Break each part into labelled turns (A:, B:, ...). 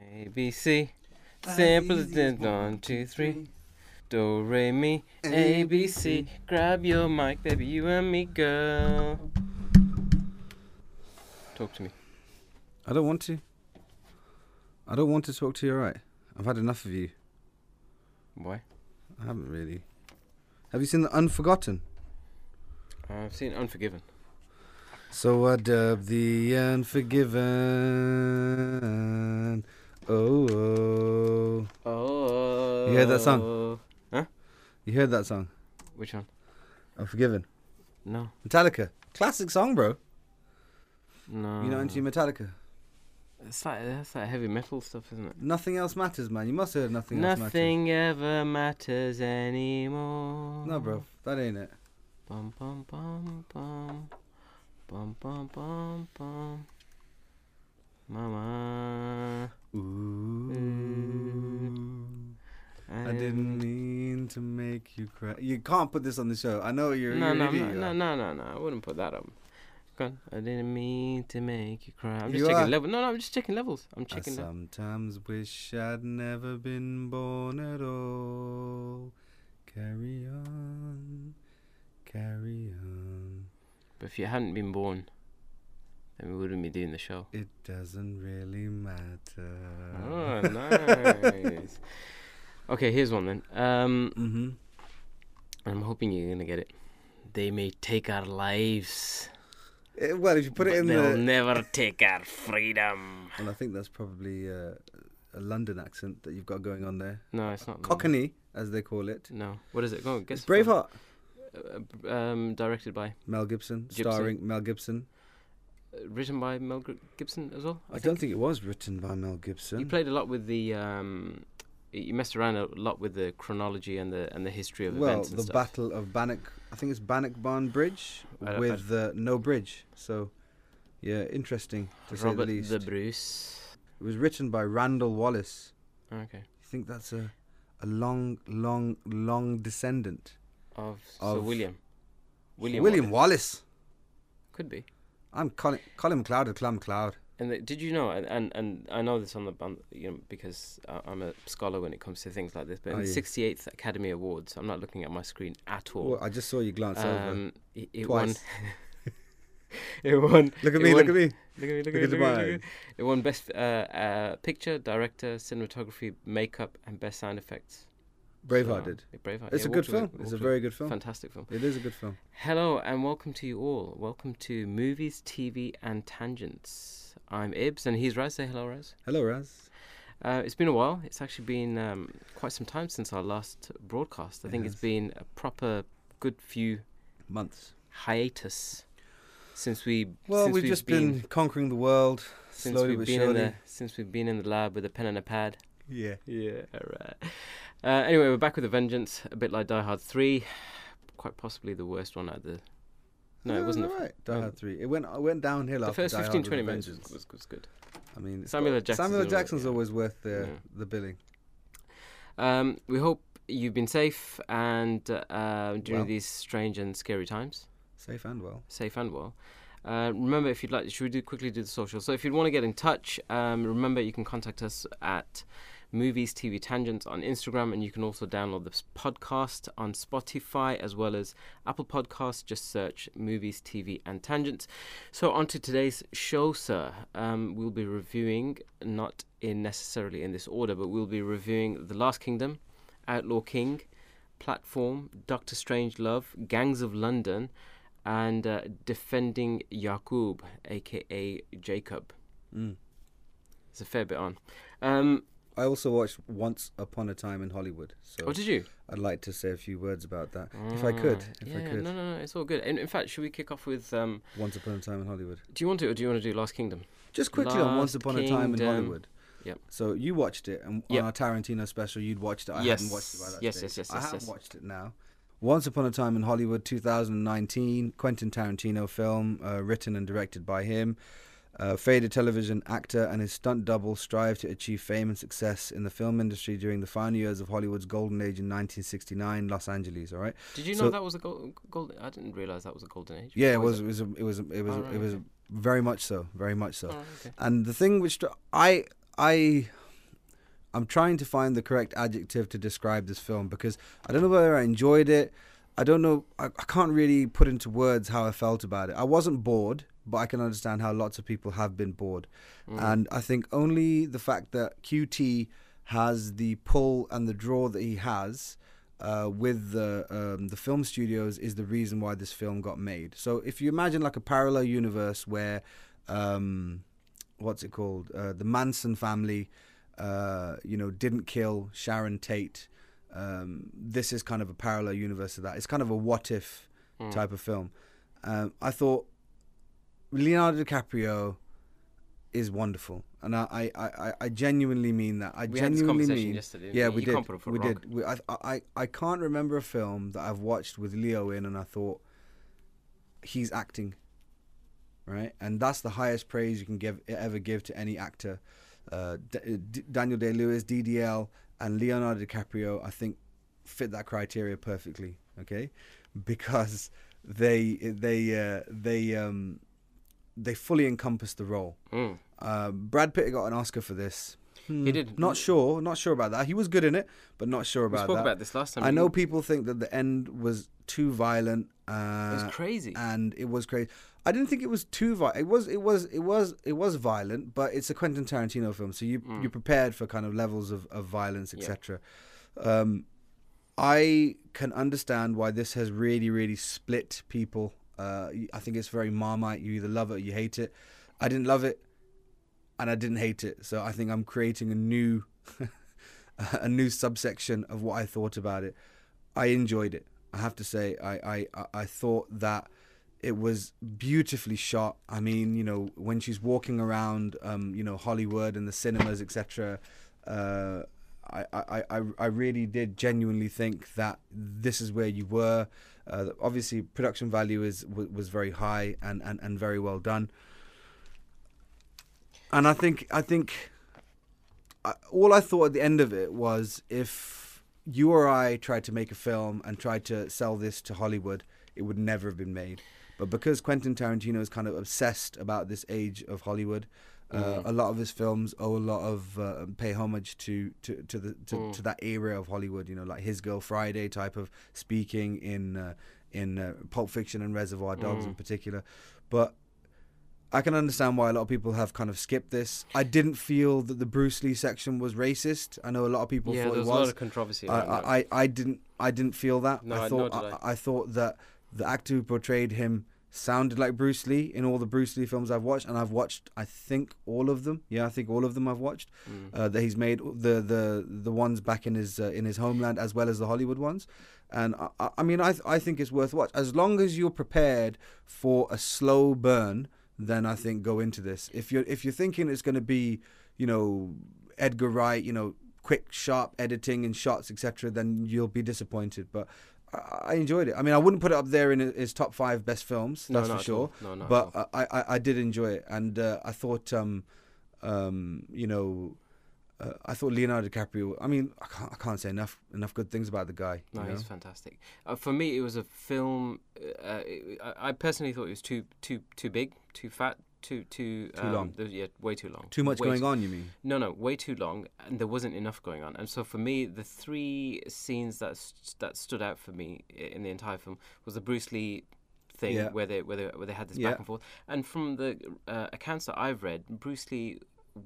A: ABC. Simple as this. One, two, three. Do, re, mi, A, B, C. Grab your mic, baby, you and me, girl. Talk to me.
B: I don't want to. I don't want to talk to you, alright? I've had enough of you.
A: Why?
B: I haven't really. Have you seen The Unforgotten?
A: I've seen Unforgiven.
B: So I dub The Unforgiven. Oh, oh.
A: Oh.
B: You heard that song? You heard that song?
A: Which one?
B: Unforgiven.
A: No.
B: Metallica. Classic song, bro.
A: No.
B: You know,
A: Ah.
B: into Metallica.
A: It's like that's like heavy metal stuff, isn't it?
B: Nothing else matters, man. You must have heard nothing, else matters.
A: Nothing ever matters anymore.
B: No, bro. That ain't it.
A: Bum bum bum bum. Bum bum bum bum. Mama.
B: Ooh. I
A: am-
B: didn't mean to make you cry. You can't put this on the show. I know you're.
A: No,
B: you're an
A: no, I'm
B: idiot,
A: not-
B: you
A: no,
B: are.
A: no, no, no. I wouldn't put that up. Go on. I didn't mean to make you cry. I'm just
B: You
A: checking
B: are.
A: levels. No, no, I'm just checking levels. I'm
B: I
A: checking levels.
B: sometimes wish I'd never been born at all. Carry on, carry on.
A: But if you hadn't been born, then we wouldn't be doing the show.
B: It doesn't really matter.
A: Oh, nice. Okay, here's one then. Um,
B: Mm-hmm.
A: I'm hoping you're gonna get it. They may take our lives,
B: Eh, well, if you put
A: but
B: it in
A: they'll
B: the,
A: never take our freedom.
B: well, I think that's probably uh, a London accent that you've got going on there.
A: No, it's not. that.
B: Cockney, as they call it.
A: No, what is it? Go on, Mm. guess.
B: It's
A: the film.
B: Braveheart.
A: Uh, um, directed by,
B: Mel Gibson,
A: Gibson.
B: starring Mel Gibson.
A: uh, written by Mel Gr- Gibson as well.
B: I, don't think it was written by Mel
A: He
B: Gibson.
A: played a lot with the. Um, he messed around a lot with the chronology and the and the history of
B: well,
A: events and
B: the
A: stuff.
B: Battle of Bannock. I think it's Bannockbarn Bridge
A: I don't-
B: with uh, no bridge. So, yeah, interesting to
A: Robert
B: say the least.
A: the Bruce.
B: it was written by Randall Wallace.
A: Okay.
B: You think that's a, a long, long, long descendant?
A: Of, Sir
B: Of-
A: William. William. Wallace.
B: Wallace.
A: Could be.
B: I'm Colin, Colin McLeod or Clam McLeod.
A: And the, did you know? And, and and I know this on the on, you know because I, I'm a scholar when it comes to things like this. But in
B: Are
A: the
B: you?
A: 68th Academy Awards, I'm not looking at my screen at all.
B: Well, I just saw you glance over.
A: um, it, it won.
B: Twice.
A: it won.
B: Look at
A: it
B: me,
A: won-
B: look at me.
A: Look at me, look
B: Look
A: at me,
B: at
A: look at me,
B: my
A: look at me.
B: eyes.
A: It won best uh, uh, picture, director, cinematography, makeup, and best sound effects.
B: Braveheart
A: So,
B: did.
A: yeah, Braveheart.
B: It's
A: yeah,
B: a good
A: Walter Whit-
B: film. It's a
A: Walter
B: very good film.
A: fantastic film.
B: It is a good film.
A: Hello and welcome to you all. Welcome to movies, TV, and tangents. I'm Ibs, and he's Raz. Say hello, Raz.
B: Hello, Raz.
A: Uh, it's been a while. It's actually been um, quite some time since our last broadcast. I
B: It
A: think it's
B: has.
A: been a proper good few
B: Months.
A: hiatus since we.
B: Well,
A: since
B: we've just been, conquering the world
A: since
B: slowly
A: we've
B: but
A: been in
B: surely.
A: the since we've been in the lab with a pen and a pad.
B: Yeah.
A: Yeah, right. Uh, anyway, we're back with a vengeance, a bit like Die Hard Three, quite possibly the worst one out there. No, it wasn't. the f-
B: Right. Die
A: no.
B: Hard three. It went it went downhill
A: The
B: after
A: first
B: Die
A: 15,
B: Hard
A: 20
B: with a
A: minutes was,
B: Vengeance.
A: was, was good.
B: I mean, it's
A: Samuel L.
B: got-
A: Jackson's
B: Samuel L.
A: always-
B: Jackson's
A: yeah.
B: always worth the
A: Yeah.
B: the billing.
A: Um, we hope you've been safe and uh, uh, during
B: Well.
A: these strange and scary times,
B: Safe and well.
A: safe and well. Uh, remember, if you'd like, should we do quickly do the social? So, if you'd want to get in touch, um, remember you can contact us at Movies TV Tangents on Instagram, and you can also download this podcast on Spotify as well as Apple Podcasts. Just search Movies TV and Tangents. So, on to today's show, sir. Um, we'll be reviewing, not in necessarily in this order, but we'll be reviewing The Last Kingdom, Outlaw King, Platform, Doctor Strange Love, Gangs of London, and uh, Defending Yaqub, aka Jacob.
B: Mm.
A: It's a fair bit on. Um,
B: I also watched Once Upon a Time in Hollywood, so
A: oh, did you?
B: I'd like to say a few words about that, if I could.
A: Ah,
B: If
A: yeah,
B: I could.
A: no, no, no, it's all good. In, in fact, should we kick off with? Um,
B: Once Upon a Time in Hollywood.
A: do you want to, or do you want to do Last Kingdom?
B: Just quickly on Once
A: Last
B: Upon a Time in
A: Kingdom.
B: Hollywood.
A: Yep.
B: So you watched it, and
A: Yep.
B: on our Tarantino special, you'd watched it. I
A: Yes.
B: hadn't watched it by that
A: Yes,
B: stage.
A: yes, yes,
B: I
A: yes,
B: have
A: yes.
B: watched it now. Once Upon a Time in Hollywood, 2019, Quentin Tarantino film, uh, written and directed by him. A faded television actor and his stunt double strive to achieve fame and success in the film industry during the final years of Hollywood's golden age in 1969, Los Angeles. All right.
A: Did you know
B: So-
A: that was a gold, golden? I didn't realize that was a golden age.
B: Yeah, it
A: Or is
B: was. It was. a- It was. a- It was.
A: Oh,
B: a-
A: right,
B: It was
A: okay.
B: very much so. Very much so.
A: Oh, okay.
B: And the thing which dr- I I I'm trying to find the correct adjective to describe this film because I don't know whether I enjoyed it. I don't know. I, I can't really put into words how I felt about it. I wasn't bored, but I can understand how lots of people have been bored. And I think only the fact that QT has the pull and the draw that he has uh, with the um, the film studios is the reason why this film got made. So if you imagine like a parallel universe where um, what's it called? Uh, the Manson family, uh, you know, didn't kill Sharon Tate. Um, this is kind of a parallel universe to that. It's kind of a what if
A: Hmm.
B: type of film. Um, I thought Leonardo DiCaprio is wonderful, and I I, I, I genuinely mean that. I
A: We had this
B: genuinely
A: conversation
B: mean,
A: yesterday, didn't
B: Yeah,
A: we?
B: we
A: You
B: did.
A: can't put a foot
B: we
A: wrong.
B: did. We, I, I I can't remember a film that I've watched with Leo in, and I thought he's acting right? And that's the highest praise you can give ever give to any actor. Uh, D- D- Daniel Day Lewis, DDL, and Leonardo DiCaprio, I think, fit that criteria perfectly. Okay, because they they uh, they um, they fully encompass the role.
A: Mm.
B: Uh, Brad Pitt got an Oscar for this.
A: He did.
B: Not sure, not sure about that. He was good in it, but not sure
A: We
B: about
A: spoke
B: that.
A: about this last time.
B: I know
A: didn't
B: people think that the end was too violent.
A: we?
B: Uh,
A: It's crazy.
B: and it was crazy. I didn't think it was too violent. It was, it was, it was, it was violent, but it's a Quentin Tarantino film, so you
A: Hmm.
B: you're prepared for kind of levels of, of violence, etc. Um, I can understand why this has really, really split people. Uh, I think it's very marmite. You either love it or you hate it. I didn't love it, and I didn't hate it. So I think I'm creating a new, a new subsection of what I thought about it. I enjoyed it. I have to say, I I, I- I thought that it was beautifully shot. I mean, you know, when she's walking around, um, you know, Hollywood and the cinemas, etc. Uh, I, I, I, I really did genuinely think that this is where you were. Uh, obviously, production value is was, was very high and, and, and very well done. And I think I think I, all I thought at the end of it was if you or I tried to make a film and tried to sell this to Hollywood, it would never have been made. But because Quentin Tarantino is kind of obsessed about this age of Hollywood, uh, a lot of his films owe a lot of uh, pay homage to to to, the, to, to that era of Hollywood. You know, like His Girl Friday type of speaking in uh, in uh, Pulp Fiction and Reservoir Dogs in particular. But I can understand why a lot of people have kind of skipped this. I didn't feel that the Bruce Lee section was racist. I know a lot of people
A: yeah,
B: thought
A: there
B: it
A: was a lot
B: was.
A: of controversy.
B: I,
A: around that.
B: I, I, I didn't I didn't feel that.
A: No, nor
B: I thought
A: did I.
B: I, I thought that the actor who portrayed him sounded like Bruce Lee in all the Bruce Lee films I've watched, and I've watched I think all of them. Yeah, I think all of them I've watched
A: Mm.
B: uh, that he's made the the the ones back in his uh, in his homeland as well as the Hollywood ones. And I, I- I mean I th- I think it's worth watch as long as you're prepared for a slow burn. Then I think go into this. If you're if you're thinking it's going to be you know Edgar Wright, you know quick sharp editing and shots etc then you'll be disappointed but I I enjoyed it. I mean, I wouldn't put it up there in his top five best films.
A: No,
B: That's
A: not
B: for
A: at
B: sure.
A: all. No, not at
B: but I, I, I did enjoy it, and uh, I thought, um, um, you know, uh, I thought Leonardo DiCaprio. I mean, I can't, I can't say enough enough good things about the guy.
A: No,
B: you know?
A: he's fantastic. Uh, for me, it was a film. Uh, it- I, I personally thought it was too too too big, too fat, too too um,
B: long.
A: there- yeah, way too long.
B: Too much
A: Way
B: going
A: too-
B: on, you mean?
A: No, no, way too long, and there wasn't enough going on. And so for me, the three scenes that st- that stood out for me i- in the entire film was the Bruce Lee thing
B: Yeah.
A: where they where they where they had this
B: Yeah.
A: back and forth. And from the uh, accounts that I've read, Bruce Lee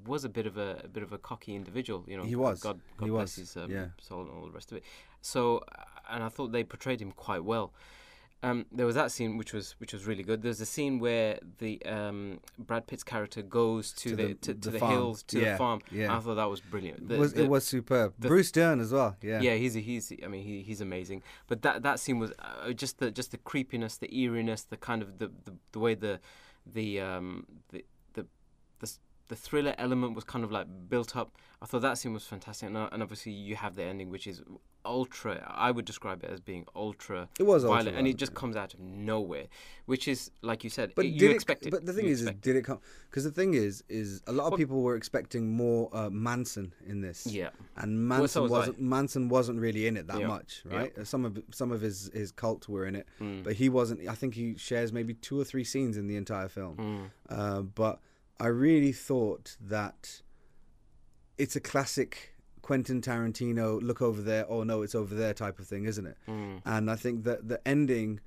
A: was a bit of a, a bit of a cocky individual. You know,
B: He was.
A: God, God
B: He
A: bless
B: was.
A: his um,
B: Yeah.
A: soul and all the rest of it. So, uh, and I thought they portrayed him quite well. Um, there was that scene which was which was really good. There's a scene where the um, Brad Pitt's character goes to,
B: To
A: the,
B: the-
A: to,
B: the
A: to the,
B: farm.
A: hills to
B: Yeah,
A: the farm.
B: yeah.
A: I thought that was brilliant. The-
B: was,
A: the-
B: it was superb. Bruce Dern as well. Yeah.
A: yeah, he's he's I mean he, he's amazing. But that that scene was uh, just the just the creepiness, the eeriness, the kind of the the, the way the the um the the the s- the thriller element was kind of like built up. I thought that scene was fantastic, and, uh, and obviously you have the ending, which is ultra. I would describe it as being ultra.
B: It was
A: violent,
B: ultra
A: and it
B: violent,
A: just comes out of nowhere, which is like you said,
B: But
A: it-
B: did
A: you
B: it-
A: expect it.
B: But the thing
A: you
B: is, is,
A: expect
B: did it come? Because the thing is, is a lot of people were expecting more uh, Manson in this.
A: it. yeah,
B: and
A: Well,
B: Manson
A: so was I.
B: wasn't Manson wasn't really in it that
A: Yeah. Mm.
B: much, right? Some of some of his his cult were in it, but he wasn't. I think he shares maybe two or three scenes in the entire
A: Mm.
B: film. Uh, but I really thought that it's a classic Quentin Tarantino, look over there, oh no, it's over there type of thing, isn't it?
A: Mm.
B: And I think that the ending,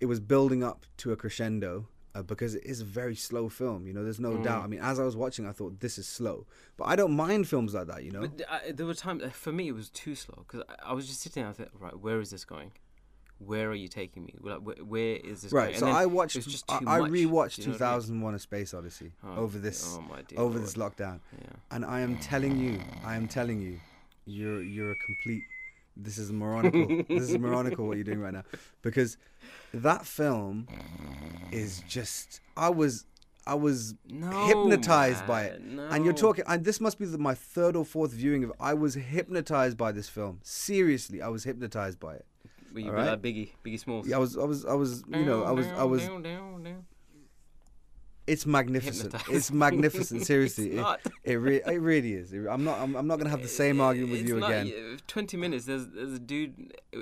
B: it was building up to a crescendo uh, because it is a very slow film. You know, there's
A: Mm.
B: no doubt. I mean, as I was watching, I thought this is slow, but I don't mind films like that. You know,
A: But th- I, there were times uh, for me it was too slow because I, I was just sitting there. I thought, right, where is this going? Where are you taking me? Like, where, where is this
B: right?
A: Going?
B: So
A: And then
B: I
A: it
B: watched.
A: was just
B: I,
A: too
B: I
A: much,
B: rewatched
A: do you know
B: 2001:
A: what I mean?
B: A Space Odyssey
A: Oh,
B: over this
A: Oh my dear.
B: over
A: Lord.
B: this lockdown,
A: Yeah.
B: and I am telling you, I am telling you, you're you're a complete. This is moronical. this is moronical what you're doing right now, because that film is just. I was. I was
A: No,
B: hypnotized by it.
A: man,
B: And you're
A: no.
B: talking, and this must be the, my third or fourth viewing of. I was hypnotized by this film. Seriously, I was hypnotized by it.
A: Were you
B: All
A: be
B: right.
A: like Biggie, Biggie Smalls?
B: Yeah, I was, I was, I was. You know, I was, I was.
A: Down, down, down.
B: It's magnificent.
A: Hypnotized.
B: It's magnificent. Seriously,
A: It's
B: it,
A: not.
B: it, re- it really is. It- I'm not. I'm, I'm not gonna have the same argument with
A: It's
B: you
A: not-
B: again.
A: yeah, Twenty minutes. There's there's a dude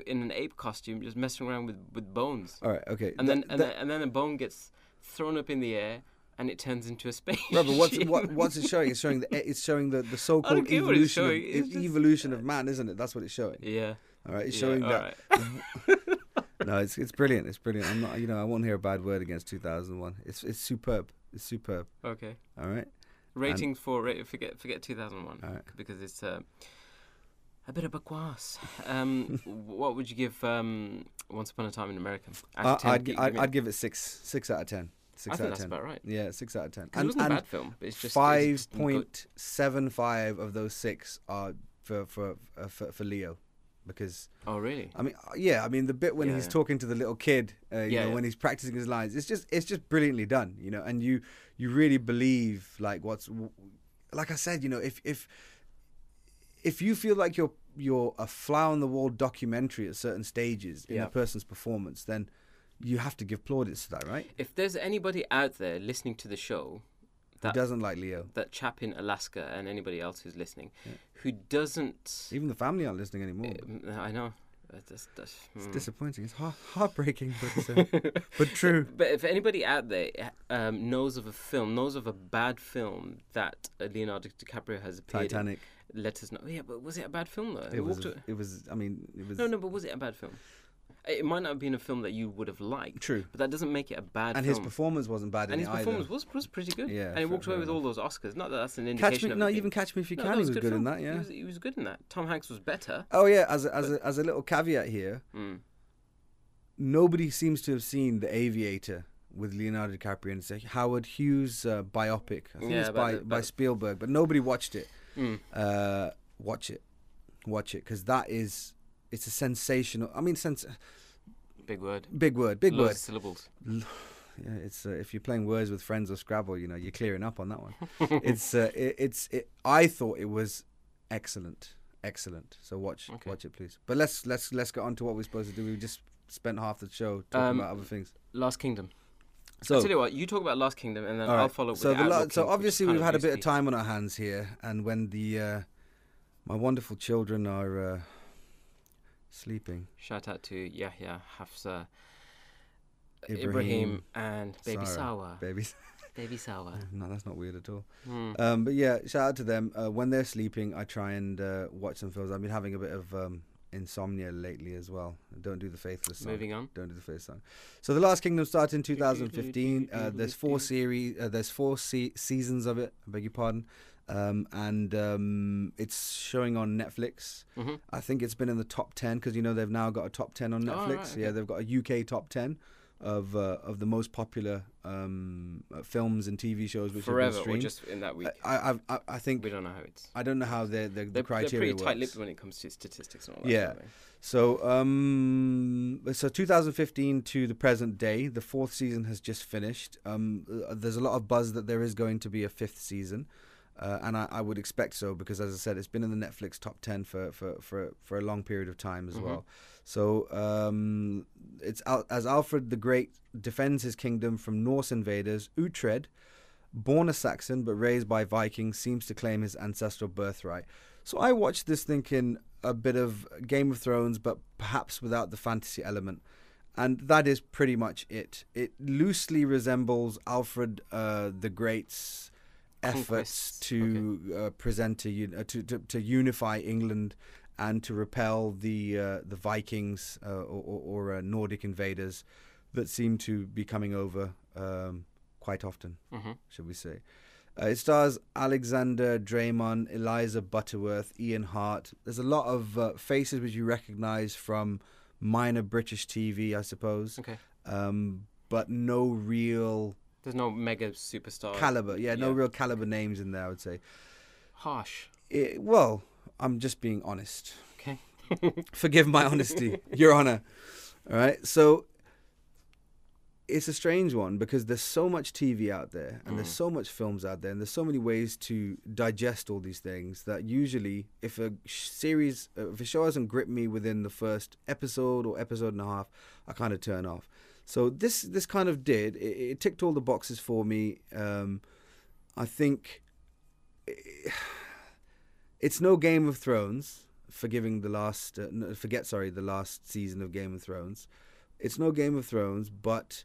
A: in an ape costume just messing around with with bones,
B: All right. Okay.
A: and then
B: Th-
A: and
B: th-
A: then and then a bone gets thrown up in the air and it turns into a space.
B: Robert, what's what, what's it showing? It's showing the it's showing the, the so-called
A: care what it's
B: evolution of,
A: showing, it's
B: e-
A: just-
B: evolution of man, isn't it? That's what it's showing.
A: Yeah.
B: All right, it's
A: yeah,
B: showing
A: all
B: that.
A: right.
B: No, it's it's brilliant. It's brilliant. I'm not. You know, I won't hear a bad word against 2001. It's it's superb. It's superb.
A: Okay.
B: All right.
A: Rating for ra- forget forget 2001
B: All right.
A: because it's uh, a bit of bakwas. Um, what would you give um, Once Upon a Time in America? Out
B: I,
A: of 10,
B: I'd, gi-
A: you
B: I'd
A: give
B: I'd
A: it-
B: give it six six out of ten.
A: I
B: Six
A: think
B: out of
A: that's
B: ten.
A: about right. 'Cause
B: Yeah, six out of ten.
A: it
B: And,
A: wasn't a
B: and
A: bad film. but It's just it's
B: five
A: just not good.
B: point seven five of those six are for for uh, for, for Leo, because
A: Oh really?
B: I mean, uh, yeah, I mean the bit when
A: Yeah,
B: he's
A: yeah.
B: talking to the little kid, uh, you
A: Yeah,
B: know,
A: yeah.
B: when he's practicing his lines, it's just it's just brilliantly done, you know, and you you really believe like what's w- like I said, you know, if if if you feel like you're you're a fly on the wall documentary at certain stages in
A: Yeah.
B: a person's performance, then you have to give plaudits to that, right?
A: If there's anybody out there listening to the show,
B: Who
A: that
B: doesn't like Leo?
A: that chap in Alaska and anybody else who's listening, who doesn't,
B: Even the family aren't listening anymore.
A: Mm, I know, Uh, that's, that's,
B: it's
A: mm.
B: disappointing. It's heart- heartbreaking, but uh, but true.
A: But if anybody out there uh, um, knows of a film, knows of a bad film that uh, Leonardo DiCaprio has appeared
B: Titanic.
A: in, let us know. Yeah, but was it a bad film though?
B: It was.
A: Walked
B: a-
A: a-
B: It was. I mean, it was
A: no, no, but was it a bad film? It might not have been a film that you would have liked,
B: true.
A: but that doesn't make it a bad
B: and
A: film.
B: his performance wasn't bad in
A: and his
B: it either.
A: performance was, was pretty good.
B: Yeah,
A: and he
B: fair-
A: walked away
B: fair
A: with all those Oscars. Not that that's an indication
B: Catch me,
A: of
B: no,
A: anything.
B: even Catch Me If You
A: No,
B: Can.
A: that
B: he was good in
A: film.
B: that, yeah.
A: He was, he was good in that. Tom Hanks was better.
B: oh yeah, as a, as a, as a little caveat here, nobody seems to have seen The Aviator with Leonardo DiCaprio and it's a Howard Hughes uh, biopic. I think
A: Yeah,
B: it's
A: about
B: by
A: the-
B: by
A: about-
B: Spielberg, but nobody watched it.
A: Mm.
B: Uh, watch it, watch it, because that is it's a sensational. I mean, sens-
A: Big word.
B: big word, big
A: Loads
B: word.
A: of syllables.
B: yeah, it's uh, if you're playing words with friends or Scrabble, you know you're clearing up on that one. it's uh, it, it's it, I thought it was excellent, excellent. So watch
A: Okay.
B: watch it, please. But let's let's let's get on to what we're supposed to do. We just spent half the show talking
A: Um,
B: about other things.
A: Last Kingdom.
B: So
A: I tell you what, you talk about Last Kingdom, and then
B: all
A: I'll
B: right.
A: follow. With
B: So
A: the
B: la-
A: Outlaw King,
B: so
A: which
B: obviously
A: kind
B: we've had a bit of
A: loosely-
B: time on our hands here, and when the uh, my wonderful children are uh, sleeping,
A: Shout out to Yahya, Hafsa,
B: Ibrahim,
A: Uh, Ibrahim, and Baby
B: Sarah.
A: Sawa.
B: babies.
A: Baby Sawa.
B: no, that's not weird at all.
A: Hmm.
B: Um, but yeah, shout out to them. Uh, when they're sleeping, I try and uh, watch some films. I've been having a bit of um, insomnia lately as well. Don't do the faithless song.
A: Moving on.
B: Don't do the faithless song. So the Last Kingdom started in 2015. Uh, there's four series. Uh, there's four se- seasons of it. I beg your pardon. Um, and um, it's showing on Netflix.
A: hmm
B: I think it's been in the top ten because you know they've now got a top ten on
A: Oh,
B: Netflix.
A: right,
B: Yeah,
A: okay.
B: they've got a UK top ten of uh, of the most popular um, uh, films and TV shows which have
A: Forever
B: been
A: or
B: streamed.
A: just in that week.
B: I, I, I've- I, I think
A: we don't know how it's.
B: Uh, I don't know how the the, the
A: They're, they're
B: criteria
A: pretty
B: works.
A: tight-lipped when it comes to statistics and all that.
B: Yeah.
A: Sort of thing.
B: So um, so 2015 to the present day, the fourth season has just finished. Um, uh, there's a lot of buzz that there is going to be a fifth season. Uh, and I, I would expect so because, as I said, it's been in the Netflix top ten for for, for, for a long period of time as
A: Mhm.
B: well. So um, it's Al- as Alfred the Great defends his kingdom from Norse invaders, Uhtred, born a Saxon but raised by Vikings, seems to claim his ancestral birthright. So I watched this thinking a bit of Game of Thrones, but perhaps without the fantasy element. And that is pretty much it. It loosely resembles Alfred uh, the Great's
A: Conquests,
B: efforts to uh, present to, un- uh, to to to unify England and to repel the uh, the Vikings uh, or, or, or uh, Nordic invaders that seem to be coming over um, quite often,
A: Mhm.
B: should we say? Uh, it stars Alexander Draymond, Eliza Butterworth, Ian Hart. There's a lot of uh, faces which you recognise from minor British TV, I suppose,
A: Okay.
B: um, but no real
A: There's no mega superstar.
B: caliber. Yeah, no
A: yeah.
B: real caliber names in there. I would say.
A: Harsh.
B: It, well, I'm just being honest.
A: Okay.
B: Forgive my honesty, Your Honor. All right. So it's a strange one because there's so much TV out there and there's so much films out there and there's so many ways to digest all these things that usually if a sh- series uh, if a show hasn't gripped me within the first episode or episode and a half I kind of turn off so this this kind of did it, it ticked all the boxes for me um, I think eh, it's no Game of Thrones, forgiving the last, uh, no, forget sorry, the last season of Game of Thrones. It's no Game of Thrones, but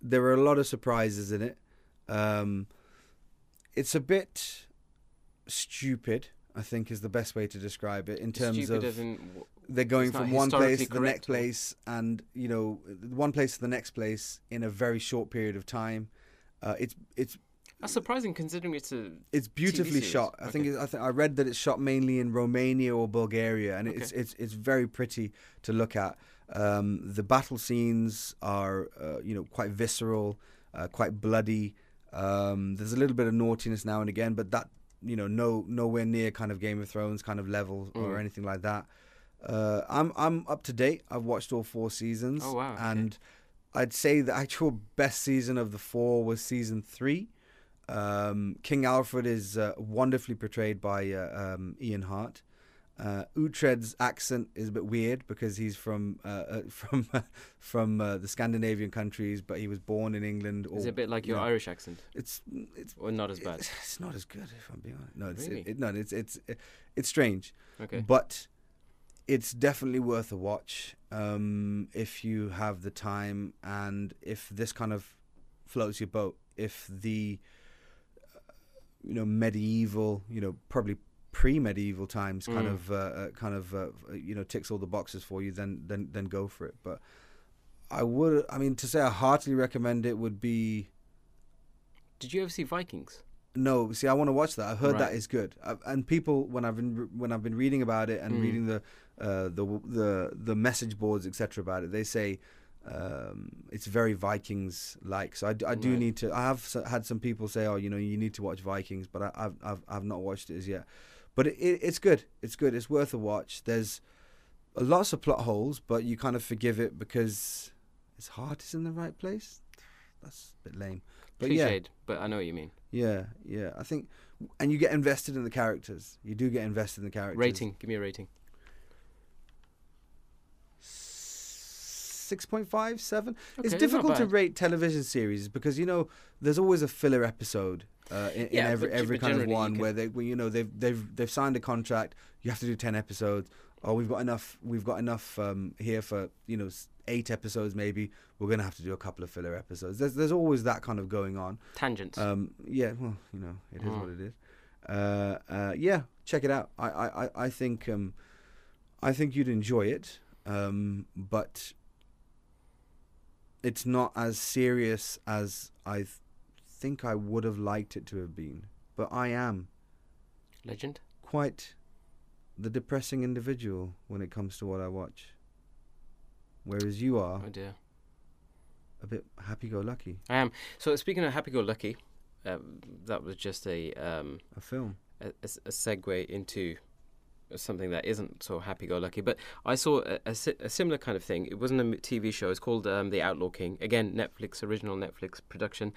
B: there are a lot of surprises in it. Um, it's a bit stupid, I think, is the best way to describe it in terms
A: Stupid
B: of
A: as in w-
B: they're going
A: It's not
B: from one place to
A: historically
B: the next
A: correct or-
B: place and you know one place to the next place in a very short period of time uh, it's it's
A: that's surprising considering it's a
B: it's beautifully
A: series.
B: shot. I think
A: Okay.
B: it, I think I read that it's shot mainly in Romania or Bulgaria, and it's it's it's very pretty to look at. Um, the battle scenes are uh, you know quite visceral, uh, quite bloody. Um, there's a little bit of naughtiness now and again, but that you know no nowhere near kind of Game of Thrones kind of level or
A: Mm.
B: anything like that. Uh, I'm I'm up to date. I've watched all four seasons.
A: Oh, wow, okay.
B: And I'd say the actual best season of the four was season three. Um, King Alfred is uh, wonderfully portrayed by uh, um, Ian Hart. Uh, Utrecht's accent is a bit weird because he's from uh, uh, from from uh, the Scandinavian countries, but he was born in England. Or,
A: it's a bit like
B: you
A: your
B: know,
A: Irish accent,
B: It's it's
A: or not as bad.
B: it's not as good if I'm being honest. No, it's
A: Really?
B: it, no, it's it's it's strange
A: Okay.
B: but it's definitely worth a watch um, if you have the time and if this kind of floats your boat. If the uh, you know medieval, you know probably pre-medieval times kind
A: Mm.
B: of uh, uh, kind of uh, you know ticks all the boxes for you, then then then go for it. But I would, I mean, to say I heartily recommend it would be
A: Did you ever see Vikings?
B: no, see, I want to watch that. I've heard that
A: Right.
B: is good, I, and people when I've been when I've been reading about it and
A: Mm.
B: reading the uh, the the the message boards etc. about it, they say um, it's very Vikings like. So I, d- I do
A: Right.
B: need to. I have s- had some people say, oh, you know, you need to watch Vikings, but I, I've, I've I've not watched it as yet. But it, it, it's good. It's good. It's worth a watch. There's a lots of plot holes, but you kind of forgive it because his heart is in the right place. That's a bit lame, but yeah.
A: Cliched, but I know what you mean.
B: Yeah, yeah. I think, and you get invested in the characters. You do get invested in the characters.
A: Rating. Give me a rating.
B: Six point five, seven.
A: Okay,
B: it's
A: not
B: difficult to
A: bad.
B: rate television series because you know there's always a filler episode uh, in,
A: Yeah,
B: in every
A: but-
B: every
A: but
B: kind of
A: generally you
B: one
A: can-
B: where they well, you know they've they've they've signed a contract. You have to do ten episodes. Oh, we've got enough. We've got enough um, here for you know s- eight episodes. Maybe we're gonna have to do a couple of filler episodes. There's there's always that kind of going on.
A: Tangents.
B: Um, yeah, well, you know, it is
A: Mm.
B: what it is. Uh, uh, yeah, check it out. I, I, I, I think, um, I think you'd enjoy it. Um, but it's not as serious as I th- think I would have liked it to have been. But I am
A: Legend.
B: quite the depressing individual when it comes to what I watch. Whereas you are
A: Oh dear.
B: a bit happy-go-lucky.
A: I am. So speaking of happy-go-lucky, um, that was just a um,
B: A film.
A: a, a s- a segue into something that isn't so happy-go-lucky. But I saw a, a si- a similar kind of thing. It wasn't a m- TV show. It's called um, The Outlaw King. Again, Netflix original Netflix production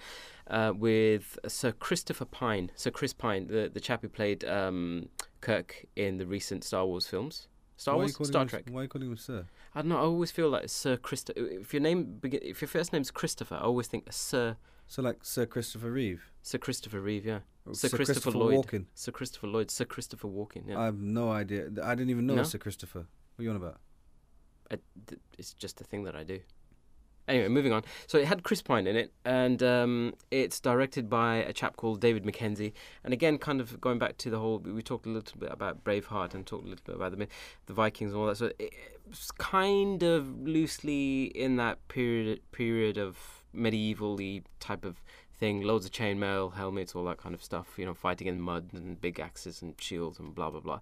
A: uh, with Sir Christopher Pine. Sir Chris Pine, the the chap who played um, Kirk in the recent Star Wars films. Star Wars, Star Trek.
B: Why are you calling him Sir?
A: I don't know. I always feel like Sir Christopher. If your name, begin, if your first name's Christopher, I always think Sir
B: So like Sir Christopher Reeve.
A: Sir Christopher Reeve. Yeah,
B: Or
A: Sir Christopher Lloyd.
B: Walken.
A: Sir Christopher Lloyd. Sir Christopher Walken. Yeah,
B: I have no idea. Th- I didn't even know
A: No?
B: Sir Christopher. What are you on about?
A: I- th- it's just a thing that I do. Anyway, moving on. So it had Chris Pine in it, and um, it's directed by a chap called David McKenzie. And again, kind of going back to the whole, we talked a little bit about Braveheart and talked a little bit about the the Vikings and all that. So it's kind of loosely in that period period of medieval-y type of thing. Loads of chainmail, helmets, all that kind of stuff. You know, fighting in mud and big axes and shields and blah blah blah.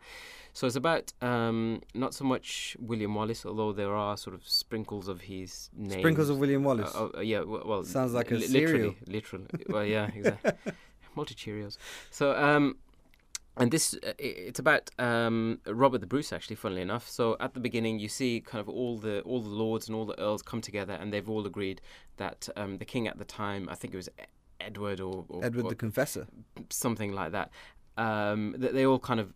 A: So it's about um, not so much William Wallace, although there are sort of sprinkles of his name.
B: Sprinkles of William Wallace.
A: Uh, oh, uh, yeah. w- Well,
B: Sounds like a
A: li-
B: cereal.
A: Literally, literally. well, yeah, exactly. Multi Cheerios. So, um, and this uh, i- it's about um, Robert the Bruce, actually. Funnily enough, so at the beginning you see kind of all the all the lords and all the earls come together, and they've all agreed that um, the king at the time, I think it was E- Edward or, or
B: Edward
A: or
B: the Confessor.
A: something like that. Um, that they all kind of